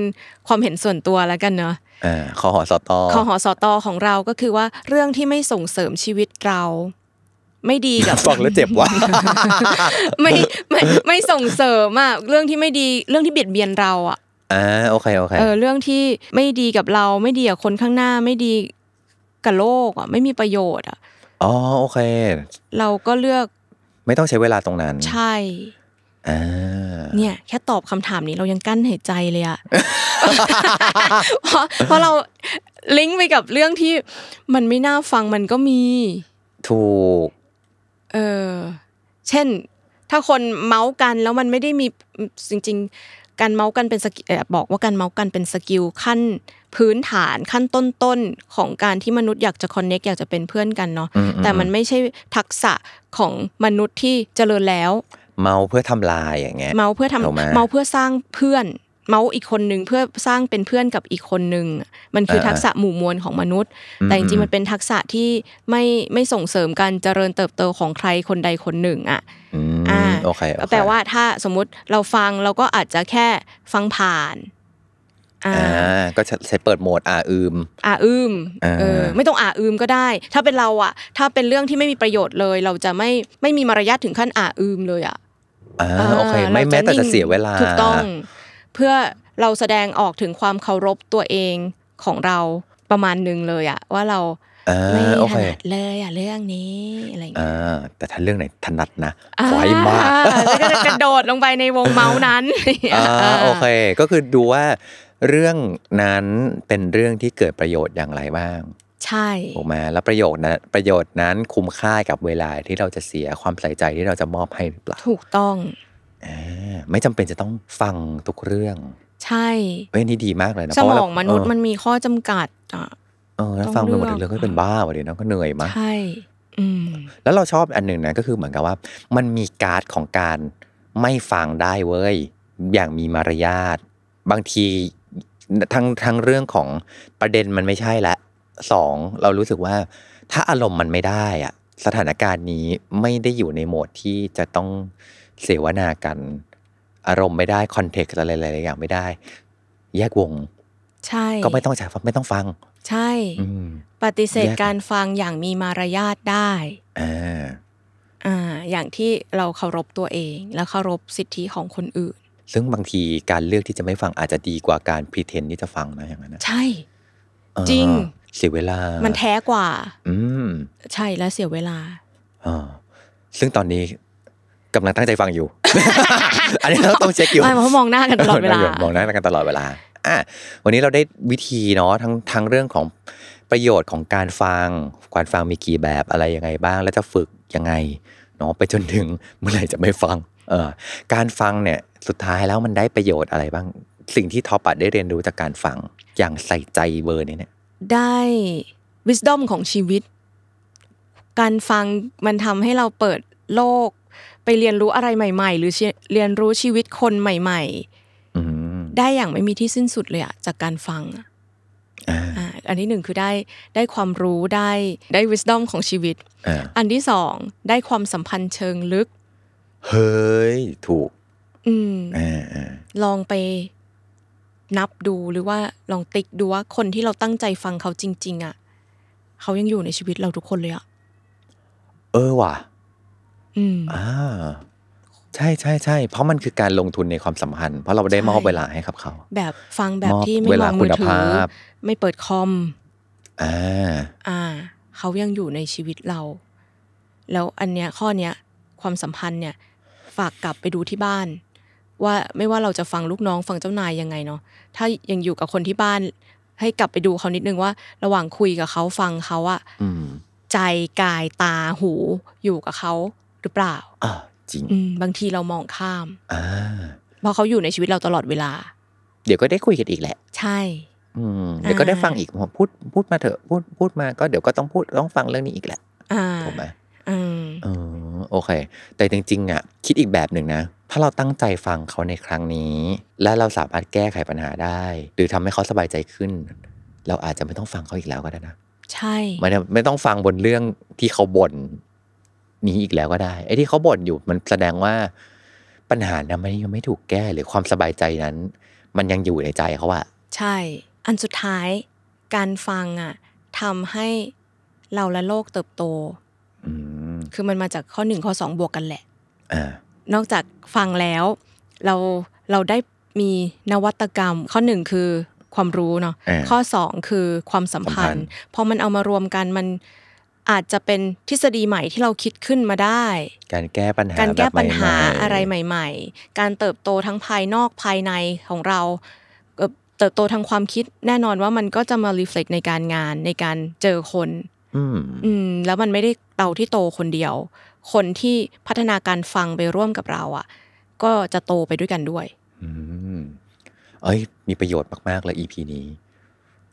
Speaker 3: ความเห็นส่วนตัวแล้วกันเนาะ
Speaker 2: อ่าคอหอสตอ
Speaker 3: คอหอสตอของเราก็คือว่าเรื่องที่ไม่ส่งเสริมชีวิตเรา ไม่ดีกับ
Speaker 2: (laughs) ฟังแล้วเจ็บว่ะ
Speaker 3: (laughs) ไม่ไม่ไม่ส่งเสริมอะเรื่องที่ไม่ดีเรื่องที่เบียดเบียนเราอะ
Speaker 2: อ่าโอเคโอเค
Speaker 3: เออเรื่องที่ไม่ดีกับเราไม่ดีกับคนข้างหน้าไม่ดีกับโลกอะไม่มีประโยชน์อะ
Speaker 2: อ๋อโอเค
Speaker 3: เราก็เลือก
Speaker 2: ไม่ต้องใช้เวลาตรงนั้น
Speaker 3: ใช่
Speaker 2: อ่า
Speaker 3: เนี่ย แค่ตอบคำถามนี้เรายังกั้นหายใจเลย
Speaker 2: (laughs)
Speaker 3: อะ (laughs) เพราะเพราะเราลิงก์ไปกับเรื่องที่มันไม่น่าฟังมันก็มี
Speaker 2: ถูก
Speaker 3: เออเช่น ถ้าคนเมาส์กันแล้วมันไม่ได้มีจริง ๆ การเมาส์กันเป็นสกิเอ่อบอกว่าการเมาส์กันเป็นสกิลขั้นพื้นฐานขั้นต้นๆของการที่มนุษย์อยากจะคอนเน็กอยากจะเป็นเพื่อนกันเนาะ
Speaker 2: อืมๆ
Speaker 3: แต่มันไม่ใช่ทักษะของมนุษย์ที่เจริญแล้ว
Speaker 2: เมาเพื่อทำลายอย่างเงี้ย
Speaker 3: เมาส์เพื่อทำ
Speaker 2: เอามา
Speaker 3: เมาส์เพื่อสร้างเพื่อน เมาส์อีกคนหนึ่งเพื่อสร้างเป็นเพื่อนกับอีกคนหนึ่งมันคือ
Speaker 2: เออ
Speaker 3: ทักษะหมู่มวลของมนุษย์
Speaker 2: อืม
Speaker 3: แต่จริ
Speaker 2: อื
Speaker 3: ง
Speaker 2: ม
Speaker 3: ๆมันเป็นทักษะที่ไม่ไม่ส่งเสริมการเจริญเติบโตของใครคนใดคนหนึ่งอ่ะ
Speaker 2: อืม
Speaker 3: อ่า
Speaker 2: โอเคโอเค
Speaker 3: ก็แปลว่าถ้าสมมุติเราฟังเราก็อาจจะแค่ฟังผ่าน อ่า
Speaker 2: อ่าก็ใช้เปิดโหมดอาอืม
Speaker 3: อาอืม
Speaker 2: อ่า
Speaker 3: เออไม่ต้องอาอืมก็ได้ ถ้าเป็นเราอ่ะ ถ้าเป็นเรื่องที่ไม่มีประโยชน์เลย เราจะไม่ไม่มีมารยาทถึงขั้นอาอืมเลยอ่ะ
Speaker 2: อ่าโอเค ไม่
Speaker 3: รา
Speaker 2: แม้แต่จะเสียเวลา
Speaker 3: ถูกต้อง เพื่อเราแสดงออกถึงความเคารพตัวเองของเราประมาณหนึ่งเลยอะว่าเรา
Speaker 2: อ่า
Speaker 3: ไม่
Speaker 2: โอ
Speaker 3: ถ
Speaker 2: เค
Speaker 3: นัดเลยอะเรื่องนี้อะไรอย่างเงี้ย
Speaker 2: อ่าแต่ถ้าเรื่องไหนถนัดนะขอให้มาก
Speaker 3: อ่แล้วก็จะกระโดดลงไปในวงเมาส์นั้น
Speaker 2: อ่าโอเค ก็คือดูว่าเรื่องนั้นเป็นเรื่องที่เกิดประโยชน์อย่างไรบ้าง
Speaker 3: ใช่
Speaker 2: ถูกไหมแล้วประโยชน์นะประโยชน์นั้นคุ้มค่ากับเวลาที่เราจะเสียความใส่ใจที่เราจะมอบให้หรือเปล่า
Speaker 3: ถูกต้อง
Speaker 2: อ่าไม่จำเป็นจะต้องฟังทุกเรื่อง
Speaker 3: ใช่
Speaker 2: เอ้ยนี่ดีมากเลยนะ
Speaker 3: ส
Speaker 2: เพราะ
Speaker 3: ม
Speaker 2: ว่า
Speaker 3: องมนุษย์
Speaker 2: เออ
Speaker 3: มันมีข้อจำกัดอ่ะ
Speaker 2: เออแล้ว
Speaker 3: ต้อง
Speaker 2: ฟังไปหมด
Speaker 3: เลือก
Speaker 2: เรื่องก็เป็นบ้าวะเดี๋ยวนะก็เหนื่อยมาก
Speaker 3: ใช่ อืม
Speaker 2: แล้วเราชอบอันหนึ่งนะก็คือเหมือนกับว่า มันมีการ์ดของการไม่ฟังได้เว้ยอย่างมีมารยาทบางทีทั้งทั้งเรื่องของประเด็นมันไม่ใช่ละสองเรารู้สึกว่า ถ้าอารมณ์มันไม่ได้อะสถานการณ์นี้ไม่ได้อยู่ในโหมดที่จะต้องเสวนากัน อารมณ์ไม่ได้คอนเท็กซ์อะไรหลายๆอย่างไม่ได้ แยกวง
Speaker 3: ใช่
Speaker 2: ก็ไม่ต้องจ่ายไม่ต้องฟัง
Speaker 3: ใช่
Speaker 2: อืม
Speaker 3: ปฏิเสธ
Speaker 2: แยก
Speaker 3: การฟังอย่างมีมารยาทได้
Speaker 2: อ่า
Speaker 3: อ่าอย่างที่เราเคารพตัวเอง และเคารพสิทธิของคนอื่น
Speaker 2: ซึ่งบางทีการเลือกที่จะไม่ฟังอาจจะดีกว่าการพรีเทนที่จะฟังนะอย่างนั้นนะ
Speaker 3: ใช่ จริง
Speaker 2: เออเสียเวลา
Speaker 3: มันแท้กว่า
Speaker 2: อืม
Speaker 3: ใช่และเสียเวลา
Speaker 2: อ่าซึ่งตอนนี้ กำลังตั้งใจฟังอยู่ (laughs) อันนี้เราต้องเช็คอยู่
Speaker 3: ไม่เพราะมองหน้ากันตลอดเว
Speaker 2: นั่
Speaker 3: ลา
Speaker 2: งยู่มองหน้ากันตลอดเวลาอ่ะวันนี้เราได้วิธีเนาะทั้งทั้งเรื่องของประโยชน์ของการฟังการฟังมีกี่แบบอะไรยังไงบ้าง แล้วจะฝึกยังไงเนาะไปจนถึงเมื่อไหร่จะไม่ฟังเออการฟังเนี่ยสุดท้ายแล้วมันได้ประโยชน์อะไรบ้าง สิ่งที่ทอปัดได้เรียนรู้จากการฟังอย่างใส่ใจเบอร์นี้เนี่ย
Speaker 3: ได้ wisdom ของชีวิต การฟังมันทำให้เราเปิดโลก ไปเรียนรู้อะไรใหม่ ๆ หรือเชเรียนรู้ชีวิตคนใหม่
Speaker 2: อืม
Speaker 3: ๆ ได้อย่างไม่มีที่สิ้นสุดเลยอะจากการฟังอะ
Speaker 2: อ่า
Speaker 3: อ่าอันที่หนึ่งคือได้ได้ความรู้ได้ได้ wisdom ของชีวิต
Speaker 2: อ่า
Speaker 3: อันที่สองได้ความสัมพันธ์เชิงลึก
Speaker 2: เฮ้ยถูก
Speaker 3: อืม
Speaker 2: อ่าอ่า
Speaker 3: ลองไปนับดูหรือว่าลองติ๊กดูว่าคนที่เราตั้งใจฟังเขาจริง ๆอะเขายังอยู่ในชีวิตเราทุกคนเลยอะ
Speaker 2: เออว่ะ
Speaker 3: อืม
Speaker 2: อ่าใช่ใช่ใช่เพราะมันคือการลงทุนในความสัมพันธ์ เพราะเราได้
Speaker 3: ใช่
Speaker 2: มอบเวลาให้กับเขา
Speaker 3: แบบฟังแบบ
Speaker 2: มอบ
Speaker 3: ที่ไม่
Speaker 2: เว
Speaker 3: ม
Speaker 2: ลา
Speaker 3: อง
Speaker 2: คุ
Speaker 3: มือ
Speaker 2: ณ
Speaker 3: ถือ
Speaker 2: ภาพ
Speaker 3: ไม่เปิดคอม
Speaker 2: อ่า
Speaker 3: อ่า เขายังอยู่ในชีวิตเรา แล้วอันเนี้ยข้อเนี้ยความสัมพันธ์เนี่ย ฝากกลับไปดูที่บ้าน ว่าไม่ว่าเราจะฟังลูกน้องฟังเจ้านายยังไงเนาะถ้ายังอยู่กับคนที่บ้าน ให้กลับไปดูเขานิดนึงว่า ระหว่างคุยกับเขาฟังเขาอะ
Speaker 2: อืม
Speaker 3: ใจกายตาหูอยู่กับเขาหรือเปล่า
Speaker 2: อ่าจริง
Speaker 3: อืมบางทีเรามองข้าม
Speaker 2: อ่า
Speaker 3: เพราะเขาอยู่ในชีวิตเราตลอดเวลา
Speaker 2: เดี๋ยวก็ได้คุยกันอีกแหละ
Speaker 3: ใช่
Speaker 2: อืมเดี๋ยวก็ได้ฟังอีกพูดพูดมาเถอะพูดพูดมาก็เดี๋ยวก็ต้องพูดต้องฟังเรื่องนี้อีกแหละ
Speaker 3: อ่า
Speaker 2: ถูกไหม
Speaker 3: อืม
Speaker 2: เออโอเค แต่จริงๆอ่ะคิดอีกแบบหนึ่งนะ ถ้าเราตั้งใจฟังเขาในครั้งนี้ และเราสามารถแก้ไขปัญหาได้ หรือทำให้เขาสบายใจขึ้น เราอาจจะไม่ต้องฟังเขาอีกแล้วก็ได้นะ
Speaker 3: ใช่
Speaker 2: มันจะไม่ต้องฟังบนเรื่องที่เขาบ่นนี้อีกแล้วก็ได้ไอ้ที่เขาบ่นอยู่มันแสดงว่าปัญหานั้นมันยังไม่ถูกแก้หรือความสบายใจนั้น มันยังอยู่ในใจเขาอะ
Speaker 3: ใช่ อันสุดท้ายการฟังอ่ะทำให้เราและโลกเติบโต
Speaker 2: อืม
Speaker 3: คือมันมาจากข้อหนึ่งข้อสองบวกกันแหละ
Speaker 2: อ่าน
Speaker 3: อกจากฟังแล้ว เราเราได้มีนวัตกรรม ข้อหนึ่งคือความรู้เนาะ
Speaker 2: อ่า
Speaker 3: ข้อสองคือความสัม
Speaker 2: สัมพั
Speaker 3: พัน
Speaker 2: นธ์
Speaker 3: ธ์พอมันเอามารวมกันมันอาจจะเป็นทฤษฎีใหม่ที่เราคิดขึ้นมาได้
Speaker 2: การแก้ปัญหา
Speaker 3: การแก้ปัญหา
Speaker 2: แบบใม่ๆ
Speaker 3: อะไรใหม่ ๆ การเติบโตทั้งภายนอกภายในของเราเอ่อเติบโตทางความคิดแน่นอนว่ามันก็จะมา reflect ในการงานในการเจอคน
Speaker 2: อืม
Speaker 3: อืมแล้วมันไม่ได้เราที่โตคนเดียว คนที่พัฒนาการฟังไปร่วมกับเราอ่ะ ก็จะโตไปด้วยกันด้วย
Speaker 2: อืมเอ้ย มีประโยชน์มาก ๆ เลย EP นี้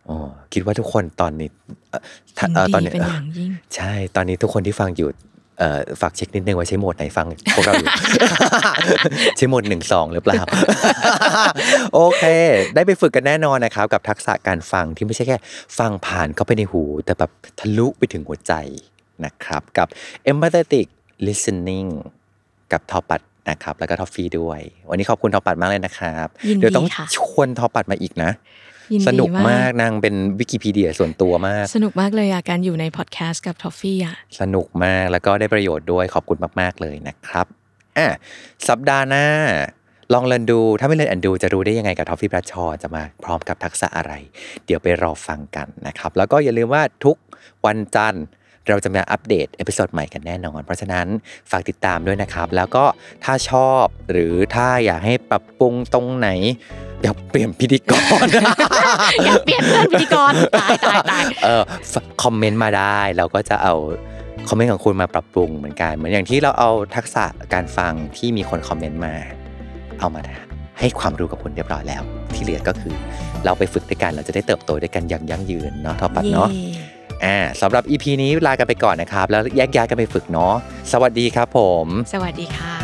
Speaker 2: อ๋อคิดว่าทุกคนตอนนี้เอ่อถ้าเอ่อตอนนี้
Speaker 3: เป็นอย่างยิ่ง
Speaker 2: ใช่ ตอนนี้ทุกคนที่ฟังอยู่เอ่อฝากเช็คนิดนึงว่าใช้โหมดไหน
Speaker 3: (laughs)
Speaker 2: ฟังพวกเราอยู่ (laughs) ใช้โหมดหนึ่งสองหรือเปล่า (laughs) โอเค ได้ไปฝึกกันแน่นอนนะครับ กับทักษะการฟังที่ไม่ใช่แค่ ฟังผ่านเข้าไปในหู แต่แบบทะลุไปถึงหัวใจนะครับ กับ empathetic listening กับทอปัดนะครับ แล้วก็ทอฟฟี่ด้วย วันนี้ขอบคุณทอปัดมากเลยนะครับ
Speaker 3: ยินดี
Speaker 2: เดี๋ยวต้อง
Speaker 3: ค่ะ
Speaker 2: ชวนทอปัดมาอีกนะ
Speaker 3: ยิดี
Speaker 2: สนุกมากนางเป็นวิกิพีเดียส่วนตัวมาก
Speaker 3: สนุกมากเลยอะการอยู่ในพอดแคสต์กับทอฟฟี่อะ
Speaker 2: สนุกมากแล้วก็ได้ประโยชน์ด้วยขอบคุณมาก ๆ เลยนะครับอ่ะสัปดาห์หน้า ลองเรียนดูถ้าไม่เรียนแอนดูจะรู้ได้ยังไงกับทอฟฟี่ประชอจะมาพร้อมกับทักษะอะไร เดี๋ยวไปรอฟังกันนะครับ แล้วก็อย่าลืมว่าทุกวันจันทร์ เราจะมาอัปเดตเอพิโซดใหม่กันแน่นอน เพราะฉะนั้นฝากติดตามด้วยนะครับ แล้วก็ถ้าชอบหรือถ้าอยากให้ปรับปรุงตรงไหนอยากเปลี่ยนพิธีกร
Speaker 3: อยากเปลี่ยนเพื่อนพิธีกรตายตายตาย
Speaker 2: เออฝคอมเมนต์มาได้ เราก็จะเอาคอมเมนต์ของคุณมาปรับปรุงเหมือนกัน เหมือนอย่างที่เราเอาทักษะการฟังที่มีคนคอมเมนต์มา เอามาให้ความรู้กับคุณเรียบร้อยแล้ว ที่เหลือก็คือ เราไปฝึกด้วยกันเราจะได้เติบโตด้วยกันอย่างยั่งยืนเนาะทอปัดเนาะ
Speaker 3: เย่
Speaker 2: อ่าสำหรับ EP นี้ลากันไปก่อนนะครับ แล้วแยกย้ายกันไปฝึกเนาะสวัสดีครับผม
Speaker 3: สวัสดีค่ะ